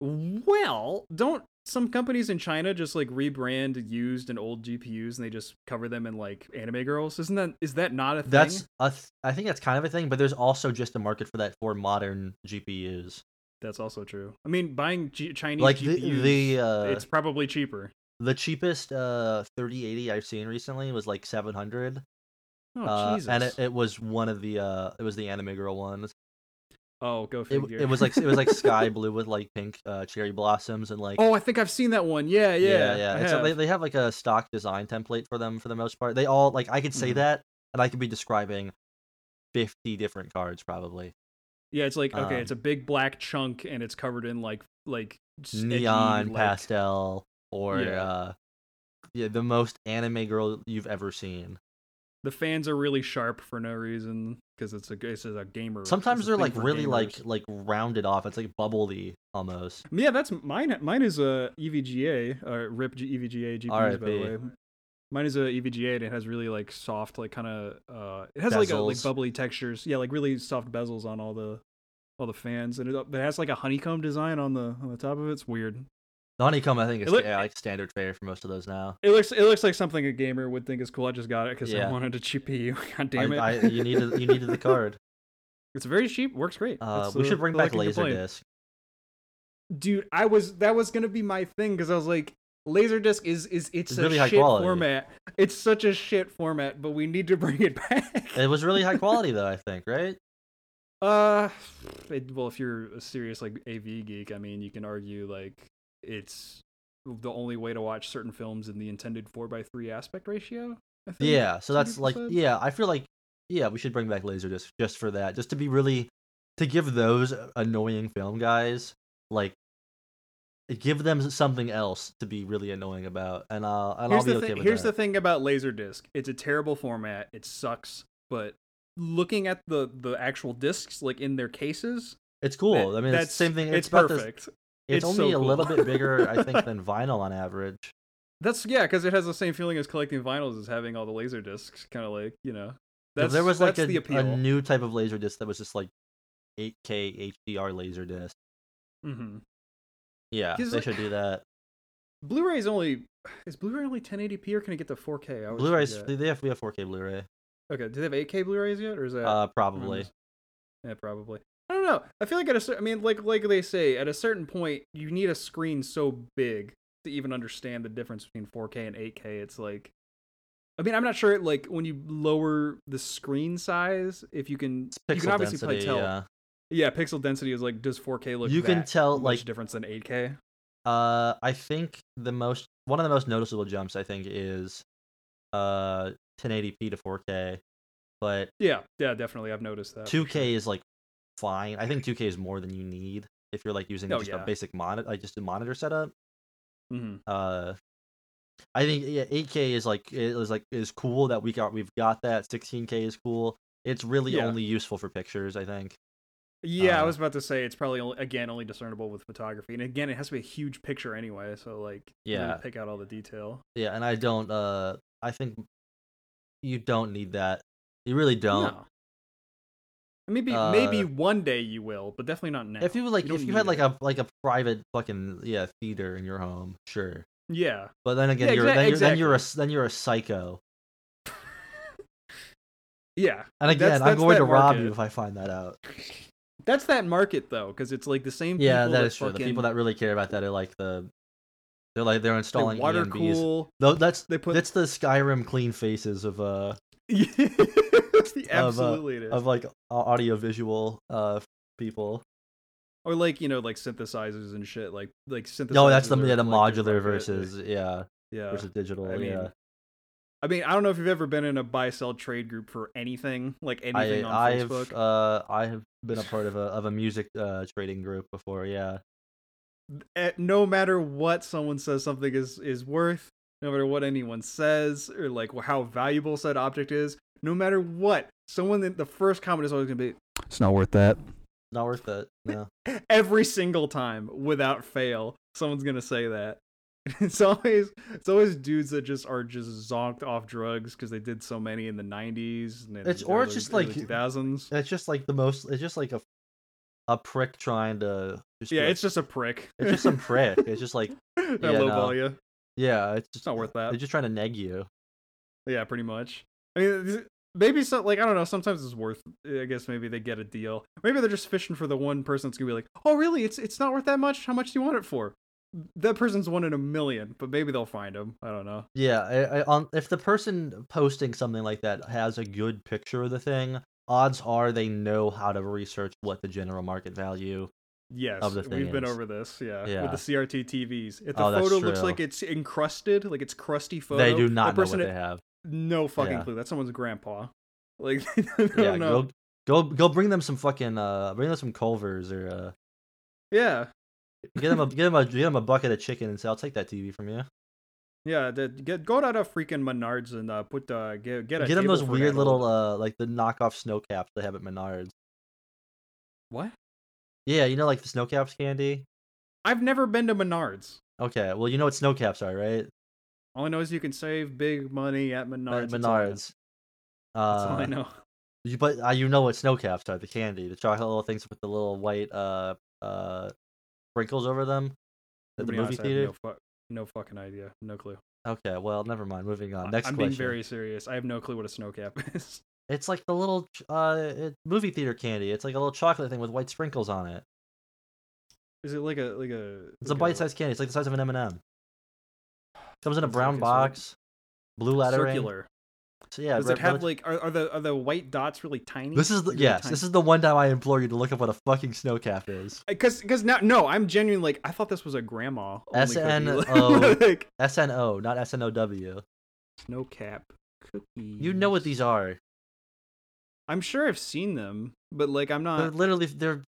[SPEAKER 1] Well, don't some companies in China just like rebrand used and old GPUs and they just cover them in like anime girls? Isn't that is that not a thing?
[SPEAKER 2] That's a th- I think that's kind of a thing, but there's also just a market for that for modern GPUs.
[SPEAKER 1] That's also true. I mean, buying G- Chinese
[SPEAKER 2] Like the
[SPEAKER 1] GPUs,
[SPEAKER 2] the uh,
[SPEAKER 1] it's probably cheaper.
[SPEAKER 2] the cheapest uh 3080 I've seen recently was like 700,
[SPEAKER 1] Oh
[SPEAKER 2] uh,
[SPEAKER 1] Jesus!
[SPEAKER 2] and it, it was one of the uh it was the anime girl one.
[SPEAKER 1] oh, go
[SPEAKER 2] It,
[SPEAKER 1] figure.
[SPEAKER 2] it was like it
[SPEAKER 1] [LAUGHS]
[SPEAKER 2] was like sky blue with like pink uh, cherry blossoms and like
[SPEAKER 1] oh, I think I've seen that one. Yeah, yeah,
[SPEAKER 2] yeah
[SPEAKER 1] I
[SPEAKER 2] And so they,
[SPEAKER 1] have.
[SPEAKER 2] they have like a stock design template for them for the most part. They all like I could say
[SPEAKER 1] Mhm.
[SPEAKER 2] that and I could be describing 50 different cards probably.
[SPEAKER 1] yeah, it's like okay, it's a
[SPEAKER 2] um,
[SPEAKER 1] big black chunk, and it's covered in like like s- edgy,
[SPEAKER 2] neon
[SPEAKER 1] like-
[SPEAKER 2] pastel or
[SPEAKER 1] Yeah.
[SPEAKER 2] uh yeah, the most anime girl you've ever seen.
[SPEAKER 1] The fans are really sharp for no reason because it's a g- it's a gamer. it's
[SPEAKER 2] Sometimes
[SPEAKER 1] a
[SPEAKER 2] they're
[SPEAKER 1] thing
[SPEAKER 2] like
[SPEAKER 1] for
[SPEAKER 2] really like
[SPEAKER 1] gamers.
[SPEAKER 2] like rounded off. It's like bubbly almost.
[SPEAKER 1] Yeah, that's mine. Mine is a EVGA, uh, RIP G- EVGA GPUs by the way.
[SPEAKER 2] RIP.
[SPEAKER 1] Mine is a EVGA and it has really like soft, like kind of, uh, it has like a, like
[SPEAKER 2] Bezels.
[SPEAKER 1] bubbly textures. Yeah, like really soft bezels on all the all the fans, and it, uh, it has like a honeycomb design on the on the top of it. It's weird.
[SPEAKER 2] The honeycomb I think is
[SPEAKER 1] look-
[SPEAKER 2] yeah, like standard fare for most of those now.
[SPEAKER 1] It looks it looks like something a gamer would think is cool. I just got it because I
[SPEAKER 2] Yeah.
[SPEAKER 1] wanted a cheap GPU. [LAUGHS] God
[SPEAKER 2] I,
[SPEAKER 1] damn it!
[SPEAKER 2] I, you needed you
[SPEAKER 1] [LAUGHS]
[SPEAKER 2] needed the card.
[SPEAKER 1] It's very cheap. Works great.
[SPEAKER 2] Uh,
[SPEAKER 1] That's
[SPEAKER 2] we
[SPEAKER 1] the-
[SPEAKER 2] should bring
[SPEAKER 1] the
[SPEAKER 2] back
[SPEAKER 1] lucky complaint.
[SPEAKER 2] Laserdisc.
[SPEAKER 1] dude i was that was gonna be my thing because i was like laserdisc is is it's,
[SPEAKER 2] It's
[SPEAKER 1] a
[SPEAKER 2] really high
[SPEAKER 1] shit
[SPEAKER 2] quality.
[SPEAKER 1] format it's such a shit format but we need to [LAUGHS] bring it back
[SPEAKER 2] It was really
[SPEAKER 1] [LAUGHS]
[SPEAKER 2] high quality though, I think, right?
[SPEAKER 1] uh it, well if you're a serious like av geek i mean you can argue like it's the only way to watch certain films in the intended 4x3 aspect ratio I think
[SPEAKER 2] Yeah, so
[SPEAKER 1] some
[SPEAKER 2] that's
[SPEAKER 1] people
[SPEAKER 2] like
[SPEAKER 1] said.
[SPEAKER 2] yeah, I feel like yeah, we should bring back Laserdisc just for that, just to be really to give those annoying film guys like give them something else to be really annoying about, and I'll and
[SPEAKER 1] here's
[SPEAKER 2] I'll be
[SPEAKER 1] the
[SPEAKER 2] okay
[SPEAKER 1] thing.
[SPEAKER 2] with
[SPEAKER 1] Here's the
[SPEAKER 2] that.
[SPEAKER 1] thing about Laserdisc. It's a terrible format. It sucks. But looking at the the actual discs, like in their cases,
[SPEAKER 2] It's cool.
[SPEAKER 1] that-
[SPEAKER 2] I mean, it's the same thing. It's,
[SPEAKER 1] It's
[SPEAKER 2] about the-
[SPEAKER 1] perfect. It's
[SPEAKER 2] it's, only
[SPEAKER 1] so
[SPEAKER 2] a little
[SPEAKER 1] cool.
[SPEAKER 2] bit bigger,
[SPEAKER 1] [LAUGHS]
[SPEAKER 2] I think, than vinyl on average.
[SPEAKER 1] That's yeah, because it has the same feeling as collecting vinyls as having all the laser discs. Kind of like you know,
[SPEAKER 2] If
[SPEAKER 1] that's
[SPEAKER 2] there was like
[SPEAKER 1] that's
[SPEAKER 2] a,
[SPEAKER 1] the appeal.
[SPEAKER 2] a new type of laser disc that was just like 8K HDR laser disc.
[SPEAKER 1] hmm
[SPEAKER 2] Yeah, they
[SPEAKER 1] 'Cause, like,
[SPEAKER 2] should do that.
[SPEAKER 1] Blu-ray's only is Blu-ray only 1080p or can it get to 4K? I always
[SPEAKER 2] Blu-rays,
[SPEAKER 1] forget.
[SPEAKER 2] they have we have 4K Blu-ray,
[SPEAKER 1] okay. Do they have 8K Blu-rays yet, or is that
[SPEAKER 2] uh,
[SPEAKER 1] or am I
[SPEAKER 2] probably.
[SPEAKER 1] mis- Yeah, probably. I don't know. I feel like at a cer- I mean, like like they say, at a certain point, you need a screen so big to even understand the difference between 4K and 8K. It's like, I mean, I'm not sure. Like when you lower the screen size, if you can,
[SPEAKER 2] It's
[SPEAKER 1] you can
[SPEAKER 2] pixel
[SPEAKER 1] obviously probably
[SPEAKER 2] density,
[SPEAKER 1] tell.
[SPEAKER 2] yeah.
[SPEAKER 1] Yeah, pixel density is like, does 4K look?
[SPEAKER 2] You can
[SPEAKER 1] that
[SPEAKER 2] tell,
[SPEAKER 1] much
[SPEAKER 2] like-
[SPEAKER 1] difference than 8K.
[SPEAKER 2] Uh, I think the most one of the most noticeable jumps I think is uh 1080p to 4K, but
[SPEAKER 1] Yeah, yeah, definitely. I've noticed that.
[SPEAKER 2] 2K is like fine. I think 2K is more than you need if you're like using
[SPEAKER 1] Oh,
[SPEAKER 2] just
[SPEAKER 1] yeah.
[SPEAKER 2] a basic monitor, like just a monitor setup.
[SPEAKER 1] hmm
[SPEAKER 2] Uh, I think yeah, 8K is like is like is cool that we got we've got that. 16K is cool. It's really
[SPEAKER 1] Yeah.
[SPEAKER 2] only useful for pictures, I think.
[SPEAKER 1] Yeah, I
[SPEAKER 2] Uh,
[SPEAKER 1] was about to say it's probably only, again only discernible with photography, and again it has to be a huge picture anyway. So like, you really
[SPEAKER 2] Yeah.
[SPEAKER 1] pick out all the detail.
[SPEAKER 2] Yeah, and I don't. Uh, I think you don't need that. You really don't.
[SPEAKER 1] No. Maybe
[SPEAKER 2] Uh,
[SPEAKER 1] maybe one day you will, but definitely not now.
[SPEAKER 2] If you like,
[SPEAKER 1] don't
[SPEAKER 2] if you
[SPEAKER 1] need
[SPEAKER 2] had like
[SPEAKER 1] it.
[SPEAKER 2] a like a private fucking yeah theater in your home, sure.
[SPEAKER 1] yeah,
[SPEAKER 2] But then again,
[SPEAKER 1] Yeah,
[SPEAKER 2] you're,
[SPEAKER 1] exac-
[SPEAKER 2] then, you're then you're a s- then you're a psycho.
[SPEAKER 1] yeah,
[SPEAKER 2] And again,
[SPEAKER 1] That's-
[SPEAKER 2] I'm
[SPEAKER 1] that's
[SPEAKER 2] going
[SPEAKER 1] that
[SPEAKER 2] to rob you
[SPEAKER 1] market.
[SPEAKER 2] if I find that out.
[SPEAKER 1] that's that market though, because it's like the same.
[SPEAKER 2] Yeah,
[SPEAKER 1] people
[SPEAKER 2] that is true.
[SPEAKER 1] Fucking,
[SPEAKER 2] The people that really care about that are like the they're like they're
[SPEAKER 1] they
[SPEAKER 2] installing
[SPEAKER 1] water
[SPEAKER 2] EMBs.
[SPEAKER 1] cool.
[SPEAKER 2] Tho- that's
[SPEAKER 1] They put
[SPEAKER 2] that's the Skyrim clean faces of uh
[SPEAKER 1] [LAUGHS] absolutely it is.
[SPEAKER 2] of like audio visual uh people.
[SPEAKER 1] or like you know like synthesizers and shit like like synthesizers.
[SPEAKER 2] No, that's the
[SPEAKER 1] are,
[SPEAKER 2] yeah the
[SPEAKER 1] like, their
[SPEAKER 2] modular
[SPEAKER 1] market,
[SPEAKER 2] versus yeah
[SPEAKER 1] yeah.
[SPEAKER 2] versus digital.
[SPEAKER 1] I mean,
[SPEAKER 2] yeah,
[SPEAKER 1] I mean, I don't know if you've ever been in a buy sell trade group for anything like
[SPEAKER 2] I
[SPEAKER 1] anything on
[SPEAKER 2] I've
[SPEAKER 1] Facebook.
[SPEAKER 2] uh I have been a part of a of a music uh trading group before. Yeah.
[SPEAKER 1] at Eh, no matter what someone says something is is worth no matter what anyone says or like how valuable said object is no matter what someone in the first comment is always going to
[SPEAKER 4] It's not worth that.
[SPEAKER 2] not worth it. No.
[SPEAKER 1] be "Eh, every single time without fail someone's going to say that [LAUGHS] it's always it's always dudes that just are just zonked off drugs because they did so many in the 90s and then
[SPEAKER 2] It's- or it's
[SPEAKER 1] early-
[SPEAKER 2] just,
[SPEAKER 1] early
[SPEAKER 2] like,
[SPEAKER 1] 2000s
[SPEAKER 2] it's just like the most. It's just like a a prick trying to. Just be
[SPEAKER 1] yeah
[SPEAKER 2] like-
[SPEAKER 1] it's just a prick
[SPEAKER 2] it's just some prick.
[SPEAKER 1] [LAUGHS]
[SPEAKER 2] It's just [LAUGHS] like
[SPEAKER 1] that
[SPEAKER 2] yeah,
[SPEAKER 1] low
[SPEAKER 2] no.
[SPEAKER 1] value
[SPEAKER 2] yeah. It's just
[SPEAKER 1] it's not worth that
[SPEAKER 2] They're just trying to neg you.
[SPEAKER 1] Yeah, pretty much. I mean, th- maybe some like I don't know. Sometimes it's worth. eh, I guess maybe they get a deal. Maybe they're just fishing for the one person that's gonna be like, "Oh, really? It's it's not worth that much. How much do you want it for?" That person's one in a million, but maybe they'll find him. I don't know.
[SPEAKER 2] Yeah, I, I, on, if the person posting something like that has a good picture of the thing, odds are they know how to research what the general market value.
[SPEAKER 1] Yes,
[SPEAKER 2] Of the
[SPEAKER 1] we've been
[SPEAKER 2] things.
[SPEAKER 1] over this. Yeah,
[SPEAKER 2] Yeah.
[SPEAKER 1] with the CRT TVs, if the
[SPEAKER 2] Oh, that's
[SPEAKER 1] photo looks
[SPEAKER 2] true.
[SPEAKER 1] like it's encrusted, like it's crusty photo,
[SPEAKER 2] they do
[SPEAKER 1] the
[SPEAKER 2] not know what
[SPEAKER 1] person
[SPEAKER 2] they [LAUGHS] have.
[SPEAKER 1] no fucking
[SPEAKER 2] Yeah.
[SPEAKER 1] clue. That's someone's grandpa. [LAUGHS] Like, they don't
[SPEAKER 2] Yeah,
[SPEAKER 1] know.
[SPEAKER 2] go go go bring them some fucking uh, bring them some Culvers or uh,
[SPEAKER 1] Yeah,
[SPEAKER 2] get them a get them a get them a bucket of chicken and say I'll take that TV from you.
[SPEAKER 1] yeah. That, get go down to freaking Menards and uh, put uh, get get a
[SPEAKER 2] Get them
[SPEAKER 1] table
[SPEAKER 2] those
[SPEAKER 1] for
[SPEAKER 2] weird
[SPEAKER 1] that
[SPEAKER 2] little
[SPEAKER 1] old-
[SPEAKER 2] uh, like the knockoff snow caps they have at Menards.
[SPEAKER 1] what?
[SPEAKER 2] Yeah, you know like the snow caps candy.
[SPEAKER 1] I've never been to Menards.
[SPEAKER 2] Okay, well you know what snow caps are, right?
[SPEAKER 1] All I know is you can save big money at Menards.
[SPEAKER 2] At
[SPEAKER 1] That's all I know.
[SPEAKER 2] Menards.
[SPEAKER 1] That's all I
[SPEAKER 2] Uh,
[SPEAKER 1] know.
[SPEAKER 2] You but uh, you know what snow caps are? The candy, the chocolate little things with the little white uh uh sprinkles over them
[SPEAKER 1] To
[SPEAKER 2] at [LAUGHS] the
[SPEAKER 1] be
[SPEAKER 2] movie
[SPEAKER 1] honest, I have
[SPEAKER 2] theater.
[SPEAKER 1] No, fu- no fucking idea. No clue.
[SPEAKER 2] Okay, well never mind. Moving on.
[SPEAKER 1] I-
[SPEAKER 2] Uh, Next
[SPEAKER 1] I'm
[SPEAKER 2] question.
[SPEAKER 1] being very serious. I have no clue what a snow cap [LAUGHS] is.
[SPEAKER 2] It's like the little ch- uh it, movie theater candy. It's like a little chocolate thing with white sprinkles on it.
[SPEAKER 1] Is it like a like a?
[SPEAKER 2] It's a
[SPEAKER 1] like
[SPEAKER 2] bite-sized candy. It's like the size of an M and M. Comes in a
[SPEAKER 1] It's like
[SPEAKER 2] brown
[SPEAKER 1] a cir-
[SPEAKER 2] box, blue lettering.
[SPEAKER 1] circular.
[SPEAKER 2] So yeah,
[SPEAKER 1] Does
[SPEAKER 2] re-
[SPEAKER 1] it have
[SPEAKER 2] rel-
[SPEAKER 1] like are, are the are the white dots really tiny?
[SPEAKER 2] This is the, yes. This is the one time I implore you to look up what a fucking snow cap is.
[SPEAKER 1] because because Uh, now no, I'm genuinely like I thought this was a grandma. only cookie.
[SPEAKER 2] SNO.
[SPEAKER 1] [LAUGHS]
[SPEAKER 2] [LAUGHS]
[SPEAKER 1] like,
[SPEAKER 2] S N O, not S N O W.
[SPEAKER 1] snow cap cookies.
[SPEAKER 2] You know what these are.
[SPEAKER 1] I'm sure I've seen them, but like I'm
[SPEAKER 2] They're
[SPEAKER 1] not.
[SPEAKER 2] literally they're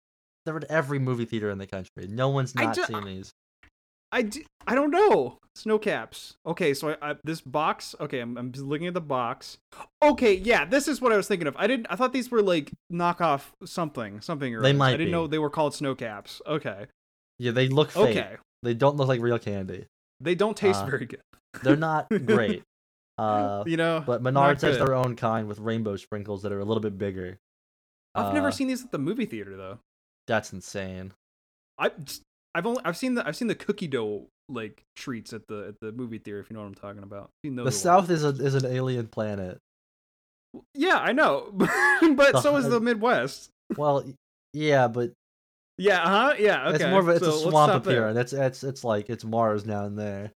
[SPEAKER 2] they're at every movie theater in the country. No one's
[SPEAKER 1] I
[SPEAKER 2] not
[SPEAKER 1] ju-
[SPEAKER 2] seen these.
[SPEAKER 1] I, d- I don't know. Snow caps. Okay, so I, I this box. Okay, I'm I'm just looking at the box. Okay, yeah, this is what I was thinking of. I didn't. I thought these were like knockoff something, something or
[SPEAKER 2] They
[SPEAKER 1] other.
[SPEAKER 2] might
[SPEAKER 1] I didn't
[SPEAKER 2] be.
[SPEAKER 1] know they were called snow caps. Okay,
[SPEAKER 2] Yeah, they look fake.
[SPEAKER 1] okay.
[SPEAKER 2] They don't look like real candy.
[SPEAKER 1] They don't taste
[SPEAKER 2] Uh,
[SPEAKER 1] very good. [LAUGHS]
[SPEAKER 2] They're not great. Uh,
[SPEAKER 1] you know,
[SPEAKER 2] but
[SPEAKER 1] not
[SPEAKER 2] Menards has
[SPEAKER 1] good.
[SPEAKER 2] their own kind with rainbow sprinkles that are a little bit bigger.
[SPEAKER 1] I've
[SPEAKER 2] Uh,
[SPEAKER 1] never seen these at the movie theater though.
[SPEAKER 2] That's insane.
[SPEAKER 1] I I've only I've seen the I've seen the cookie dough like treats at the at the movie theater if you know what I'm talking about. I've seen those
[SPEAKER 2] The
[SPEAKER 1] a lot.
[SPEAKER 2] South is a, is an alien planet.
[SPEAKER 1] Yeah, I know. [LAUGHS] but so is
[SPEAKER 2] The- [LAUGHS]
[SPEAKER 1] the Midwest.
[SPEAKER 2] Well, y- yeah, but
[SPEAKER 1] Yeah, huh? Yeah, okay.
[SPEAKER 2] it's more of a, it's
[SPEAKER 1] so
[SPEAKER 2] a
[SPEAKER 1] let's
[SPEAKER 2] swamp
[SPEAKER 1] stop
[SPEAKER 2] up here.
[SPEAKER 1] there.
[SPEAKER 2] That's that's it's like it's Mars down there.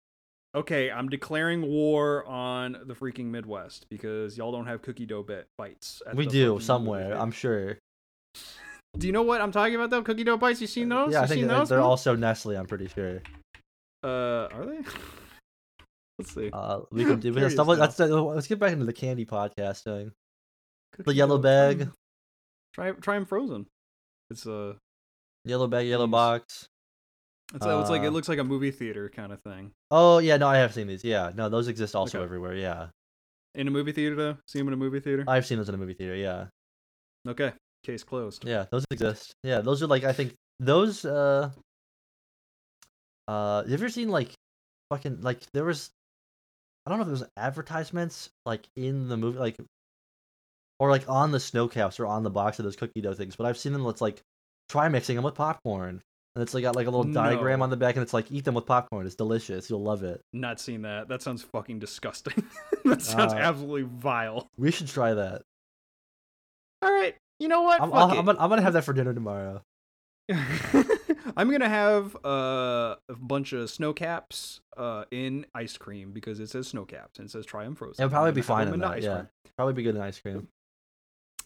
[SPEAKER 1] Okay, I'm declaring war on the freaking Midwest because y'all don't have cookie dough bit bites. At
[SPEAKER 2] we
[SPEAKER 1] the
[SPEAKER 2] do
[SPEAKER 1] fucking movie
[SPEAKER 2] somewhere,
[SPEAKER 1] theater.
[SPEAKER 2] I'm sure.
[SPEAKER 1] Do you know what I'm talking about though? Cookie dough bites? You seen those?
[SPEAKER 2] Uh, yeah,
[SPEAKER 1] you
[SPEAKER 2] I think
[SPEAKER 1] seen
[SPEAKER 2] they're,
[SPEAKER 1] those?
[SPEAKER 2] they're
[SPEAKER 1] man?
[SPEAKER 2] also Nestle. I'm pretty sure.
[SPEAKER 1] Uh, are they? [LAUGHS] let's see. [LAUGHS]
[SPEAKER 2] Uh, we can do. We can
[SPEAKER 1] Curious
[SPEAKER 2] stumble,
[SPEAKER 1] now.
[SPEAKER 2] let's, uh, let's get back into the candy podcast thing.
[SPEAKER 1] Cookie
[SPEAKER 2] yellow
[SPEAKER 1] dough, try 'em-
[SPEAKER 2] bag.
[SPEAKER 1] Try try them frozen. It's uh
[SPEAKER 2] Yellow bag, yellow
[SPEAKER 1] Jeez.
[SPEAKER 2] box.
[SPEAKER 1] It's, it's like
[SPEAKER 2] Uh,
[SPEAKER 1] it looks like a movie theater kind of thing.
[SPEAKER 2] Oh yeah, no, I have seen these. Yeah, no, those exist also
[SPEAKER 1] Okay.
[SPEAKER 2] everywhere. Yeah,
[SPEAKER 1] In a movie theater, though, see him in a movie theater.
[SPEAKER 2] I've seen those in a movie theater. Yeah,
[SPEAKER 1] okay, case closed.
[SPEAKER 2] yeah, those exist. Yeah, those are like I think those. Uh, uh, have you ever seen like fucking like there was, I don't know if it was advertisements like in the movie like, or like on the snow caps or on the box of those cookie dough things. But I've seen them. Let's like try mixing them with popcorn. And it's like got like a little diagram
[SPEAKER 1] No.
[SPEAKER 2] on the back, and it's like eat them with popcorn. It's delicious. You'll love it.
[SPEAKER 1] Not seen that. That sounds fucking disgusting. [LAUGHS] that sounds
[SPEAKER 2] Uh,
[SPEAKER 1] absolutely vile.
[SPEAKER 2] We should try that.
[SPEAKER 1] All right, you know what?
[SPEAKER 2] I'm,
[SPEAKER 1] Ah, Fuck
[SPEAKER 2] I'll, I'm,
[SPEAKER 1] it.
[SPEAKER 2] gonna, I'm gonna have that for dinner tomorrow.
[SPEAKER 1] [LAUGHS] I'm gonna have uh, a bunch of snow caps uh, in ice cream because it says snow caps and it says try them frozen.
[SPEAKER 2] It'll probably
[SPEAKER 1] I'm
[SPEAKER 2] be
[SPEAKER 1] gonna have
[SPEAKER 2] fine
[SPEAKER 1] 'em
[SPEAKER 2] in
[SPEAKER 1] the
[SPEAKER 2] that, yeah. Probably be good in ice cream.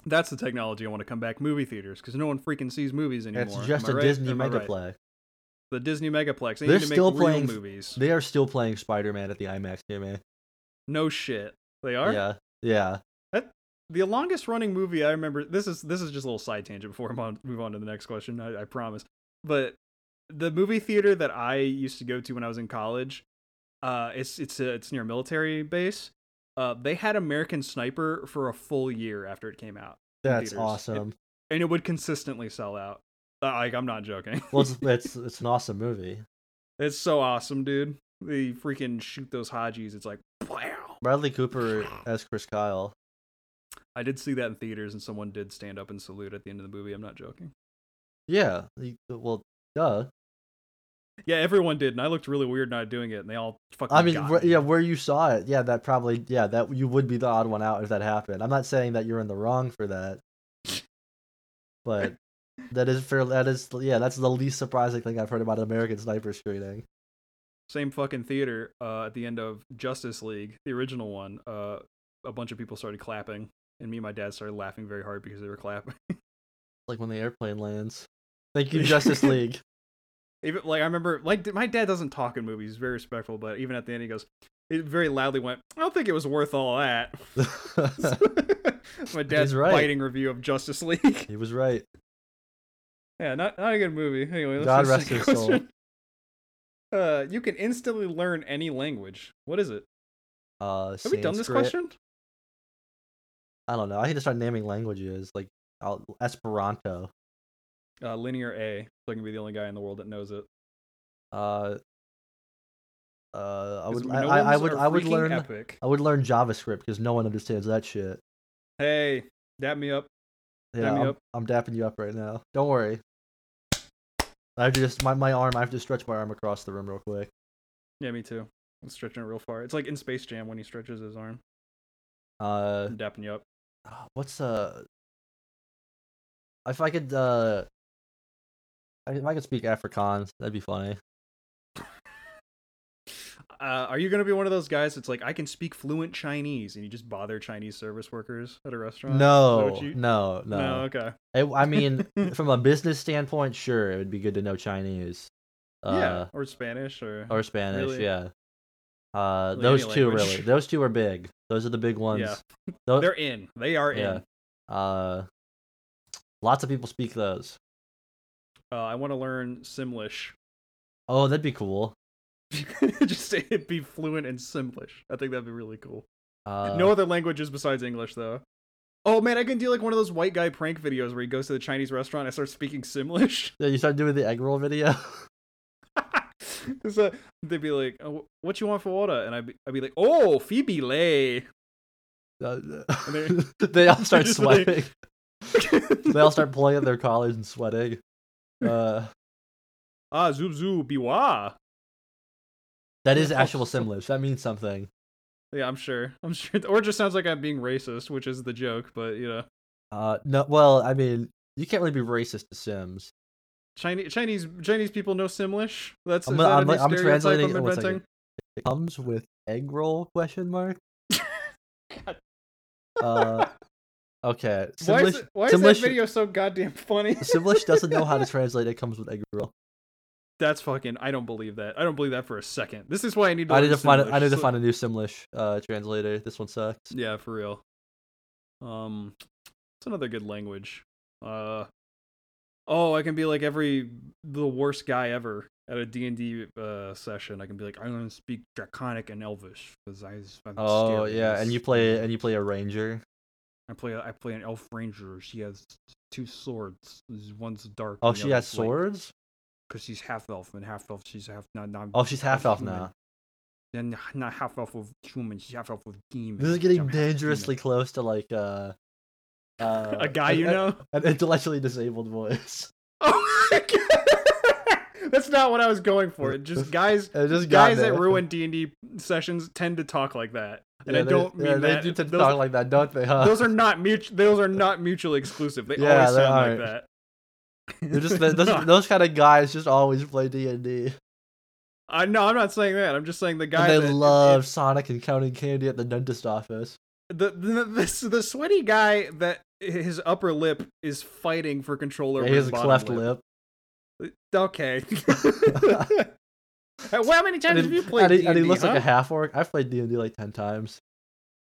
[SPEAKER 1] That's the technology I want to come back. Movie theaters because no one freaking sees movies anymore.
[SPEAKER 2] It's
[SPEAKER 1] Am
[SPEAKER 2] just
[SPEAKER 1] I
[SPEAKER 2] a
[SPEAKER 1] right?
[SPEAKER 2] Disney
[SPEAKER 1] Am I right?
[SPEAKER 2] megaplex.
[SPEAKER 1] The Disney megaplex. They
[SPEAKER 2] They're
[SPEAKER 1] need to
[SPEAKER 2] still
[SPEAKER 1] make
[SPEAKER 2] playing-
[SPEAKER 1] real movies.
[SPEAKER 2] They are still playing Spider Man at the IMAX near me.
[SPEAKER 1] No shit. They are.
[SPEAKER 2] Yeah, yeah.
[SPEAKER 1] the longest running movie I remember. This is this is just a little side tangent before I move on- move on to the next question. I, I promise. But the movie theater that I used to go to when I was in college, uh, it's it's uh, it's near a military base. Uh, they had American Sniper for a full year after it came out,
[SPEAKER 2] That's
[SPEAKER 1] theaters. It- [LAUGHS]
[SPEAKER 2] awesome.
[SPEAKER 1] and it would consistently sell out. Uh, like I'm not joking.
[SPEAKER 2] well, it's, it's it's an awesome movie.
[SPEAKER 1] [LAUGHS] it's so awesome, dude. They freaking shoot those Hajis. It's like, wow.
[SPEAKER 2] Bradley Cooper as Chris Kyle.
[SPEAKER 1] I did see that in theaters, and someone did stand up and salute at the end of the movie. I'm not joking.
[SPEAKER 2] Yeah. he- well, duh.
[SPEAKER 1] Yeah, everyone did, and I looked really weird not doing it, and they all fucking.
[SPEAKER 2] I mean,
[SPEAKER 1] got
[SPEAKER 2] wh-
[SPEAKER 1] me.
[SPEAKER 2] yeah, where you saw it, yeah, that probably, yeah, that you would be the odd one out if that happened. I'm not saying that you're in the wrong for that,
[SPEAKER 1] [LAUGHS]
[SPEAKER 2] but that is fair. That is, yeah, that's the least surprising thing I've heard about an American sniper screening.
[SPEAKER 1] same fucking theater uh, at the end of Justice League, the original one. Uh, a bunch of people started clapping, and me and my dad started laughing very hard because they were clapping. [LAUGHS]
[SPEAKER 2] Like when the airplane lands. Thank
[SPEAKER 1] [LAUGHS]
[SPEAKER 2] you, Justice League. [LAUGHS]
[SPEAKER 1] even like I remember, like d- my dad doesn't talk in movies, he's very respectful, but even at the end he goes, it very loudly went, "I don't think it was worth all
[SPEAKER 2] [LAUGHS]
[SPEAKER 1] that." my dad's
[SPEAKER 2] right.
[SPEAKER 1] biting review of Justice League.
[SPEAKER 2] [LAUGHS]
[SPEAKER 1] [LAUGHS]
[SPEAKER 2] he was right.
[SPEAKER 1] Yeah, not not a good movie. Anyway, let's
[SPEAKER 2] God
[SPEAKER 1] do the
[SPEAKER 2] rest
[SPEAKER 1] second
[SPEAKER 2] his soul.
[SPEAKER 1] question. [LAUGHS] Uh, you can instantly learn any language. What is it?
[SPEAKER 2] Uh,
[SPEAKER 1] Have we done this
[SPEAKER 2] Sanskrit-
[SPEAKER 1] question?
[SPEAKER 2] I don't know. I need to start naming languages like I'll, Esperanto.
[SPEAKER 1] Uh, linear A. So I can be the only guy in the world that knows it.
[SPEAKER 2] Uh, uh, I
[SPEAKER 1] 'Cause
[SPEAKER 2] would, I, I, I
[SPEAKER 1] Minoans
[SPEAKER 2] would,
[SPEAKER 1] are
[SPEAKER 2] I would
[SPEAKER 1] freaking
[SPEAKER 2] learn,
[SPEAKER 1] Epic.
[SPEAKER 2] I would learn JavaScript because no one understands that shit.
[SPEAKER 1] Hey, dap me up.
[SPEAKER 2] Yeah,
[SPEAKER 1] me
[SPEAKER 2] I'm,
[SPEAKER 1] up.
[SPEAKER 2] I'm dapping you up right now. Don't worry. I have to just my, my arm. I have to stretch my arm across the room real quick.
[SPEAKER 1] Yeah, me too. I'm stretching it real far. It's like in Space Jam when he stretches his arm.
[SPEAKER 2] Uh, [SIGHS]
[SPEAKER 1] I'm dapping you up.
[SPEAKER 2] Ah, What's uh if I could uh I- if I could speak Afrikaans, that'd be funny.
[SPEAKER 1] Uh, are you gonna be one of those guys that's like, I can speak fluent Chinese, and you just bother Chinese service workers at a restaurant? Uh, Is that
[SPEAKER 2] No,
[SPEAKER 1] what you-
[SPEAKER 2] no, no.
[SPEAKER 1] okay.
[SPEAKER 2] I, I
[SPEAKER 1] [LAUGHS]
[SPEAKER 2] mean, [LAUGHS] from a business standpoint, sure, it would be good to know Chinese,
[SPEAKER 1] yeah,
[SPEAKER 2] uh,
[SPEAKER 1] or Spanish, or,
[SPEAKER 2] or Spanish.
[SPEAKER 1] really.
[SPEAKER 2] Yeah, uh,
[SPEAKER 1] Really
[SPEAKER 2] those
[SPEAKER 1] any
[SPEAKER 2] two
[SPEAKER 1] language.
[SPEAKER 2] really. Those two are big. Those are the big ones. [LAUGHS] Tho-
[SPEAKER 1] they're in. They are
[SPEAKER 2] yeah.
[SPEAKER 1] in.
[SPEAKER 2] Uh, lots of people speak those.
[SPEAKER 1] Uh, I want to learn Simlish. [LAUGHS]
[SPEAKER 2] Oh, that'd be cool.
[SPEAKER 1] just say it be fluent in Simlish. I think that'd be really cool.
[SPEAKER 2] Uh,
[SPEAKER 1] no other languages besides English, though. Oh man, I can do like one of those white guy prank videos where he goes to the Chinese restaurant and starts speaking [LAUGHS] Simlish.
[SPEAKER 2] yeah, you start doing the egg roll video. [LAUGHS]
[SPEAKER 1] so uh, they'd be like, oh, wh- "What you want for water?" And I'd be, I'd be like, "Oh, Phoebe Lay."
[SPEAKER 2] Uh,
[SPEAKER 1] they-
[SPEAKER 2] [LAUGHS] they all
[SPEAKER 1] [LAUGHS]
[SPEAKER 2] start
[SPEAKER 1] just like-
[SPEAKER 2] sweating. they all start pulling at their collars and sweating. Uh,
[SPEAKER 1] [LAUGHS] ah zub zub biwa. [LAUGHS]
[SPEAKER 2] that is actual Simlish. That means something.
[SPEAKER 1] Yeah, I'm sure. I'm sure. Or it just sounds like I'm being racist, which is the joke. But you know,
[SPEAKER 2] Uh, no, well, I mean, you can't really be racist to Sims.
[SPEAKER 1] Chinese Chinese Chinese people know Simlish. That's
[SPEAKER 2] I'm
[SPEAKER 1] is
[SPEAKER 2] gonna-
[SPEAKER 1] that a
[SPEAKER 2] I'm
[SPEAKER 1] new
[SPEAKER 2] like- I'm
[SPEAKER 1] stereotype
[SPEAKER 2] translating-
[SPEAKER 1] I'm
[SPEAKER 2] oh, one second.
[SPEAKER 1] inventing?
[SPEAKER 2] It comes with egg roll question [LAUGHS] mark. Uh, okay,
[SPEAKER 1] why
[SPEAKER 2] Simlish.
[SPEAKER 1] is, it, why is that
[SPEAKER 2] Simlish-
[SPEAKER 1] video so goddamn funny?
[SPEAKER 2] Simlish doesn't know
[SPEAKER 1] [LAUGHS]
[SPEAKER 2] how [LAUGHS] to translate. It comes with egg roll.
[SPEAKER 1] That's fucking. I don't believe that. I don't believe that for a second. This is why I need to.
[SPEAKER 2] I need
[SPEAKER 1] learn
[SPEAKER 2] to find. A,
[SPEAKER 1] Simlish.
[SPEAKER 2] I need to
[SPEAKER 1] So-
[SPEAKER 2] find a new Simlish uh, translator. This one sucks.
[SPEAKER 1] Yeah, for real. Um, it's another good language. Uh, oh, I can be like every the worst guy ever at a D and D uh session. I can be like, I'm gonna speak draconic and Elvish because I. I'm
[SPEAKER 2] Oh
[SPEAKER 1] scary
[SPEAKER 2] yeah, and you play and you play a ranger.
[SPEAKER 1] I play. I play an elf ranger. She has two swords. One's dark.
[SPEAKER 2] Oh, she has swords.
[SPEAKER 1] because she's half elf and half elf. She's half not. not
[SPEAKER 2] Oh, she's half elf
[SPEAKER 1] human.
[SPEAKER 2] now.
[SPEAKER 1] Then not half elf of human. She's half elf of demon.
[SPEAKER 2] This is
[SPEAKER 1] she's
[SPEAKER 2] getting
[SPEAKER 1] half demon.
[SPEAKER 2] dangerously close to like [LAUGHS] uh, uh
[SPEAKER 1] A guy
[SPEAKER 2] an-
[SPEAKER 1] you
[SPEAKER 2] an-
[SPEAKER 1] know.
[SPEAKER 2] an intellectually disabled [LAUGHS] voice.
[SPEAKER 1] [LAUGHS] Oh my god! [LAUGHS] That's not what I was going for. It just guys,
[SPEAKER 2] [LAUGHS] It just got
[SPEAKER 1] guys that
[SPEAKER 2] there. [LAUGHS]
[SPEAKER 1] ruin D and D sessions tend to talk like that, and
[SPEAKER 2] Yeah,
[SPEAKER 1] I
[SPEAKER 2] they-
[SPEAKER 1] don't mean
[SPEAKER 2] yeah, they
[SPEAKER 1] that.
[SPEAKER 2] do tend to
[SPEAKER 1] those,
[SPEAKER 2] talk like that, don't they? Huh?
[SPEAKER 1] those are
[SPEAKER 2] [LAUGHS]
[SPEAKER 1] not mutual. Those are not mutually exclusive. They
[SPEAKER 2] Yeah,
[SPEAKER 1] always
[SPEAKER 2] they
[SPEAKER 1] sound like
[SPEAKER 2] aren't.
[SPEAKER 1] that. [LAUGHS]
[SPEAKER 2] They're just those, those kind of guys just always play D and D.
[SPEAKER 1] I no, I'm not saying that. I'm just saying the guy
[SPEAKER 2] And they
[SPEAKER 1] that-
[SPEAKER 2] love Sonic and counting candy at the dentist office.
[SPEAKER 1] the, the the the sweaty guy that his upper lip is fighting for control over
[SPEAKER 2] Yeah, he has
[SPEAKER 1] his
[SPEAKER 2] a
[SPEAKER 1] bottom
[SPEAKER 2] cleft
[SPEAKER 1] lip.
[SPEAKER 2] lip.
[SPEAKER 1] Uh,
[SPEAKER 2] [LAUGHS]
[SPEAKER 1] Okay. How many times
[SPEAKER 2] And,
[SPEAKER 1] have
[SPEAKER 2] he,
[SPEAKER 1] you played
[SPEAKER 2] and he-
[SPEAKER 1] D&D,
[SPEAKER 2] and he looks like
[SPEAKER 1] huh?
[SPEAKER 2] a half orc. I've played D and D like ten times.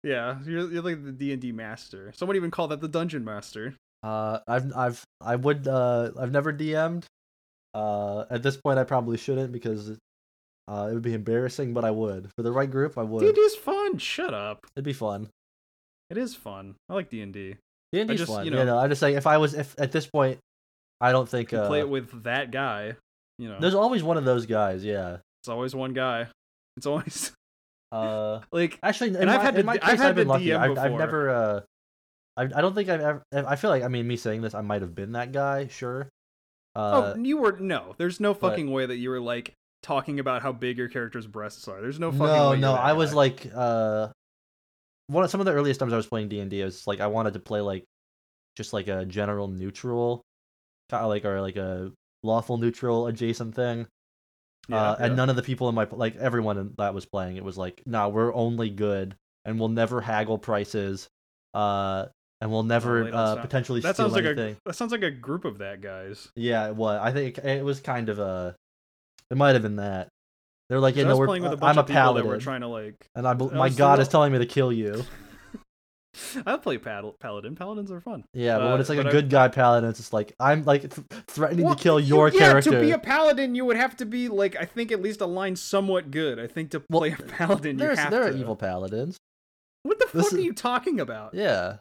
[SPEAKER 1] Yeah, you're, you're like the D and D master. Someone even called that the dungeon master.
[SPEAKER 2] Uh, I've I've I would uh I've never DM'd. Uh, at this point, I probably shouldn't because uh it would be embarrassing, but I would for the right group. I
[SPEAKER 1] D and
[SPEAKER 2] would.
[SPEAKER 1] D is fun. Shut up.
[SPEAKER 2] It'd be fun.
[SPEAKER 1] It is fun. I like D and D.
[SPEAKER 2] D and D's
[SPEAKER 1] just,
[SPEAKER 2] fun.
[SPEAKER 1] you
[SPEAKER 2] You
[SPEAKER 1] know-
[SPEAKER 2] know, I'm just saying if I was if at this point, I don't think
[SPEAKER 1] Can
[SPEAKER 2] uh,
[SPEAKER 1] play it with that guy. You know,
[SPEAKER 2] there's always one of those guys.
[SPEAKER 1] [LAUGHS]
[SPEAKER 2] Yeah.
[SPEAKER 1] it's always one guy. It's always [LAUGHS]
[SPEAKER 2] Uh,
[SPEAKER 1] like
[SPEAKER 2] actually, in
[SPEAKER 1] And
[SPEAKER 2] my,
[SPEAKER 1] I've had
[SPEAKER 2] in
[SPEAKER 1] to
[SPEAKER 2] my
[SPEAKER 1] d-
[SPEAKER 2] case,
[SPEAKER 1] I've
[SPEAKER 2] I've,
[SPEAKER 1] had to
[SPEAKER 2] been lucky.
[SPEAKER 1] DM
[SPEAKER 2] I've, I've
[SPEAKER 1] before.
[SPEAKER 2] never. Uh, I I don't think I've ever. I feel like I mean, me saying this, I might have been that guy. Sure. Uh,
[SPEAKER 1] oh, you were no. There's no
[SPEAKER 2] but-
[SPEAKER 1] fucking way that you were like talking about how big your character's breasts are. There's no fucking.
[SPEAKER 2] no,
[SPEAKER 1] way
[SPEAKER 2] no,
[SPEAKER 1] you're that
[SPEAKER 2] I was
[SPEAKER 1] guy.
[SPEAKER 2] like, uh, one of some of the earliest times I was playing D and D, I was like, I wanted to play like, just like a general neutral, kind of like or like a lawful neutral adjacent thing. uh, and none of the people in my like everyone in- that was playing it was like nah we're only good and we'll never haggle prices uh and we'll never
[SPEAKER 1] wait, that's
[SPEAKER 2] uh
[SPEAKER 1] not-
[SPEAKER 2] potentially
[SPEAKER 1] that
[SPEAKER 2] steal
[SPEAKER 1] sounds like
[SPEAKER 2] anything
[SPEAKER 1] a that sounds like a group of that guys.
[SPEAKER 2] yeah it was i think it, was kind of a it might have been that they're like
[SPEAKER 1] 'Cause
[SPEAKER 2] yeah
[SPEAKER 1] I
[SPEAKER 2] no
[SPEAKER 1] was
[SPEAKER 2] we're uh,
[SPEAKER 1] playing with a
[SPEAKER 2] i'm
[SPEAKER 1] bunch
[SPEAKER 2] a
[SPEAKER 1] of people that
[SPEAKER 2] paladin
[SPEAKER 1] were trying to like.
[SPEAKER 2] and I, bel-
[SPEAKER 1] I
[SPEAKER 2] my
[SPEAKER 1] was
[SPEAKER 2] god
[SPEAKER 1] still-
[SPEAKER 2] is telling me to kill you
[SPEAKER 1] [LAUGHS] I play pal- paladin. Paladins are fun.
[SPEAKER 2] yeah but when
[SPEAKER 1] Uh,
[SPEAKER 2] it's like a
[SPEAKER 1] but I-
[SPEAKER 2] good guy paladin it's just like i'm like th- threatening
[SPEAKER 1] Well,
[SPEAKER 2] to kill your
[SPEAKER 1] yeah,
[SPEAKER 2] character
[SPEAKER 1] to be a paladin, you would have to be like I think at least a line somewhat good. I think to
[SPEAKER 2] Well,
[SPEAKER 1] play a paladin, you
[SPEAKER 2] There's-
[SPEAKER 1] have to.
[SPEAKER 2] there are evil paladins
[SPEAKER 1] What the
[SPEAKER 2] This
[SPEAKER 1] fuck are
[SPEAKER 2] is-
[SPEAKER 1] you talking about?
[SPEAKER 2] yeah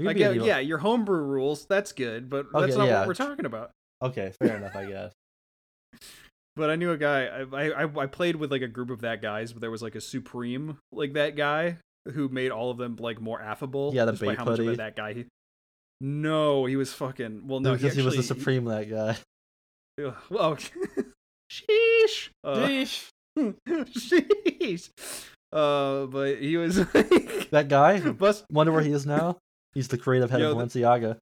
[SPEAKER 2] You can
[SPEAKER 1] Like,
[SPEAKER 2] be an
[SPEAKER 1] yeah,
[SPEAKER 2] evil-
[SPEAKER 1] yeah, your homebrew rules, that's good, but
[SPEAKER 2] Okay,
[SPEAKER 1] that's not
[SPEAKER 2] yeah.
[SPEAKER 1] what we're talking about.
[SPEAKER 2] okay fair enough i guess
[SPEAKER 1] But I knew a guy. I, I I played with like a group of that guys, but there was like a supreme like that guy who made all of them like more affable.
[SPEAKER 2] Yeah, the
[SPEAKER 1] just by
[SPEAKER 2] bait
[SPEAKER 1] how much of a
[SPEAKER 2] putty.
[SPEAKER 1] that guy. He... No, he was fucking. Well, no,
[SPEAKER 2] because he,
[SPEAKER 1] he,
[SPEAKER 2] was the
[SPEAKER 1] actually-
[SPEAKER 2] supreme that guy.
[SPEAKER 1] Ugh, well, sheesh. [LAUGHS] Uh, [LAUGHS] sheesh. Uh, but he was [LAUGHS] like,
[SPEAKER 2] That
[SPEAKER 1] [LAUGHS]
[SPEAKER 2] guy.
[SPEAKER 1] bust.
[SPEAKER 2] Wonder where he is now. He's the creative head
[SPEAKER 1] Yo,
[SPEAKER 2] of
[SPEAKER 1] the-
[SPEAKER 2] Balenciaga.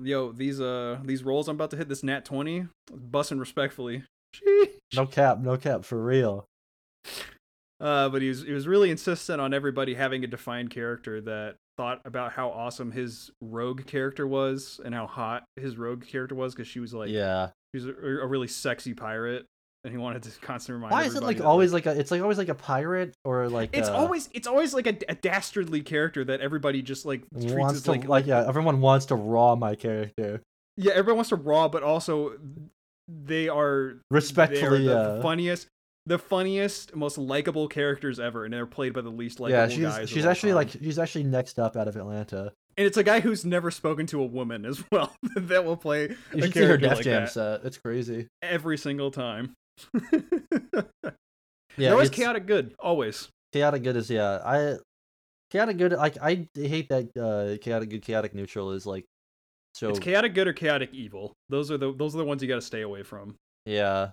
[SPEAKER 1] Yo, these uh, these rolls I'm about to hit this nat twenty, busting respectfully. Sheesh.
[SPEAKER 2] No cap, no cap, for real.
[SPEAKER 1] Uh, but he was he was really insistent on everybody having a defined character that thought about how awesome his rogue character was and how hot his rogue character was because she was like
[SPEAKER 2] yeah.
[SPEAKER 1] she was a, a really sexy pirate and he wanted to constantly remind.
[SPEAKER 2] Why is it
[SPEAKER 1] everybody
[SPEAKER 2] like
[SPEAKER 1] that,
[SPEAKER 2] always like a? It's like always like a pirate or like.
[SPEAKER 1] It's
[SPEAKER 2] uh,
[SPEAKER 1] always it's always like a, a dastardly character that everybody just like treats
[SPEAKER 2] wants
[SPEAKER 1] as
[SPEAKER 2] to
[SPEAKER 1] like [LAUGHS]
[SPEAKER 2] like, yeah. Everyone wants to raw my character.
[SPEAKER 1] yeah everyone wants to raw but also they are
[SPEAKER 2] Respectfully, uh,
[SPEAKER 1] they are the
[SPEAKER 2] yeah.
[SPEAKER 1] funniest the funniest most likable characters ever and they're played by the least likable
[SPEAKER 2] yeah,
[SPEAKER 1] guys
[SPEAKER 2] she's
[SPEAKER 1] of
[SPEAKER 2] she's
[SPEAKER 1] all
[SPEAKER 2] actually
[SPEAKER 1] time.
[SPEAKER 2] like she's actually next up out of Atlanta.
[SPEAKER 1] And it's a guy who's never spoken to a woman as [LAUGHS] well that will play
[SPEAKER 2] You
[SPEAKER 1] a
[SPEAKER 2] should see her
[SPEAKER 1] character
[SPEAKER 2] Def
[SPEAKER 1] like
[SPEAKER 2] Jam
[SPEAKER 1] that
[SPEAKER 2] set. It's crazy.
[SPEAKER 1] every single time. [LAUGHS]
[SPEAKER 2] Yeah,
[SPEAKER 1] They're always
[SPEAKER 2] it's-
[SPEAKER 1] chaotic good, always.
[SPEAKER 2] Chaotic good is yeah. I chaotic good like I hate that uh chaotic good chaotic neutral is like so
[SPEAKER 1] It's chaotic good or chaotic evil. Those are the those are the ones you got to stay away from
[SPEAKER 2] yeah.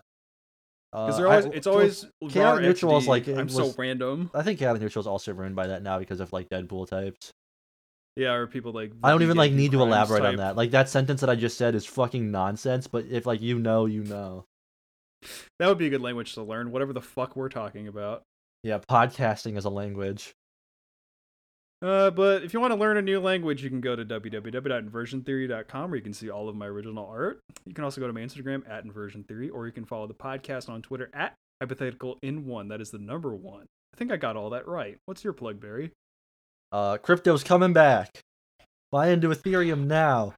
[SPEAKER 1] because
[SPEAKER 2] Uh, Because
[SPEAKER 1] they're always it's always raw
[SPEAKER 2] chaotic neutral is
[SPEAKER 1] XD,
[SPEAKER 2] like, it
[SPEAKER 1] I'm so
[SPEAKER 2] was-
[SPEAKER 1] random.
[SPEAKER 2] I think Chaotic Neutral is also ruined by that now because of like Deadpool types.
[SPEAKER 1] Yeah, or people like
[SPEAKER 2] I don't
[SPEAKER 1] the
[SPEAKER 2] even like
[SPEAKER 1] vegan
[SPEAKER 2] need to
[SPEAKER 1] crimes
[SPEAKER 2] elaborate on
[SPEAKER 1] type.
[SPEAKER 2] that. Like that sentence that I just said is fucking nonsense. But if like you know, you know.
[SPEAKER 1] That would be a good language to learn. Whatever the fuck we're talking about.
[SPEAKER 2] Yeah, podcasting is a language.
[SPEAKER 1] Uh, but if you want to learn a new language, you can go to www.inversiontheory.com where you can see all of my original art. You can also go to my Instagram at Inversion Theory, or you can follow the podcast on Twitter at Hypothetical in One. That is the number one. I think I got all that right. What's your plug, Barry?
[SPEAKER 2] Uh, crypto's coming back. Buy into Ethereum now.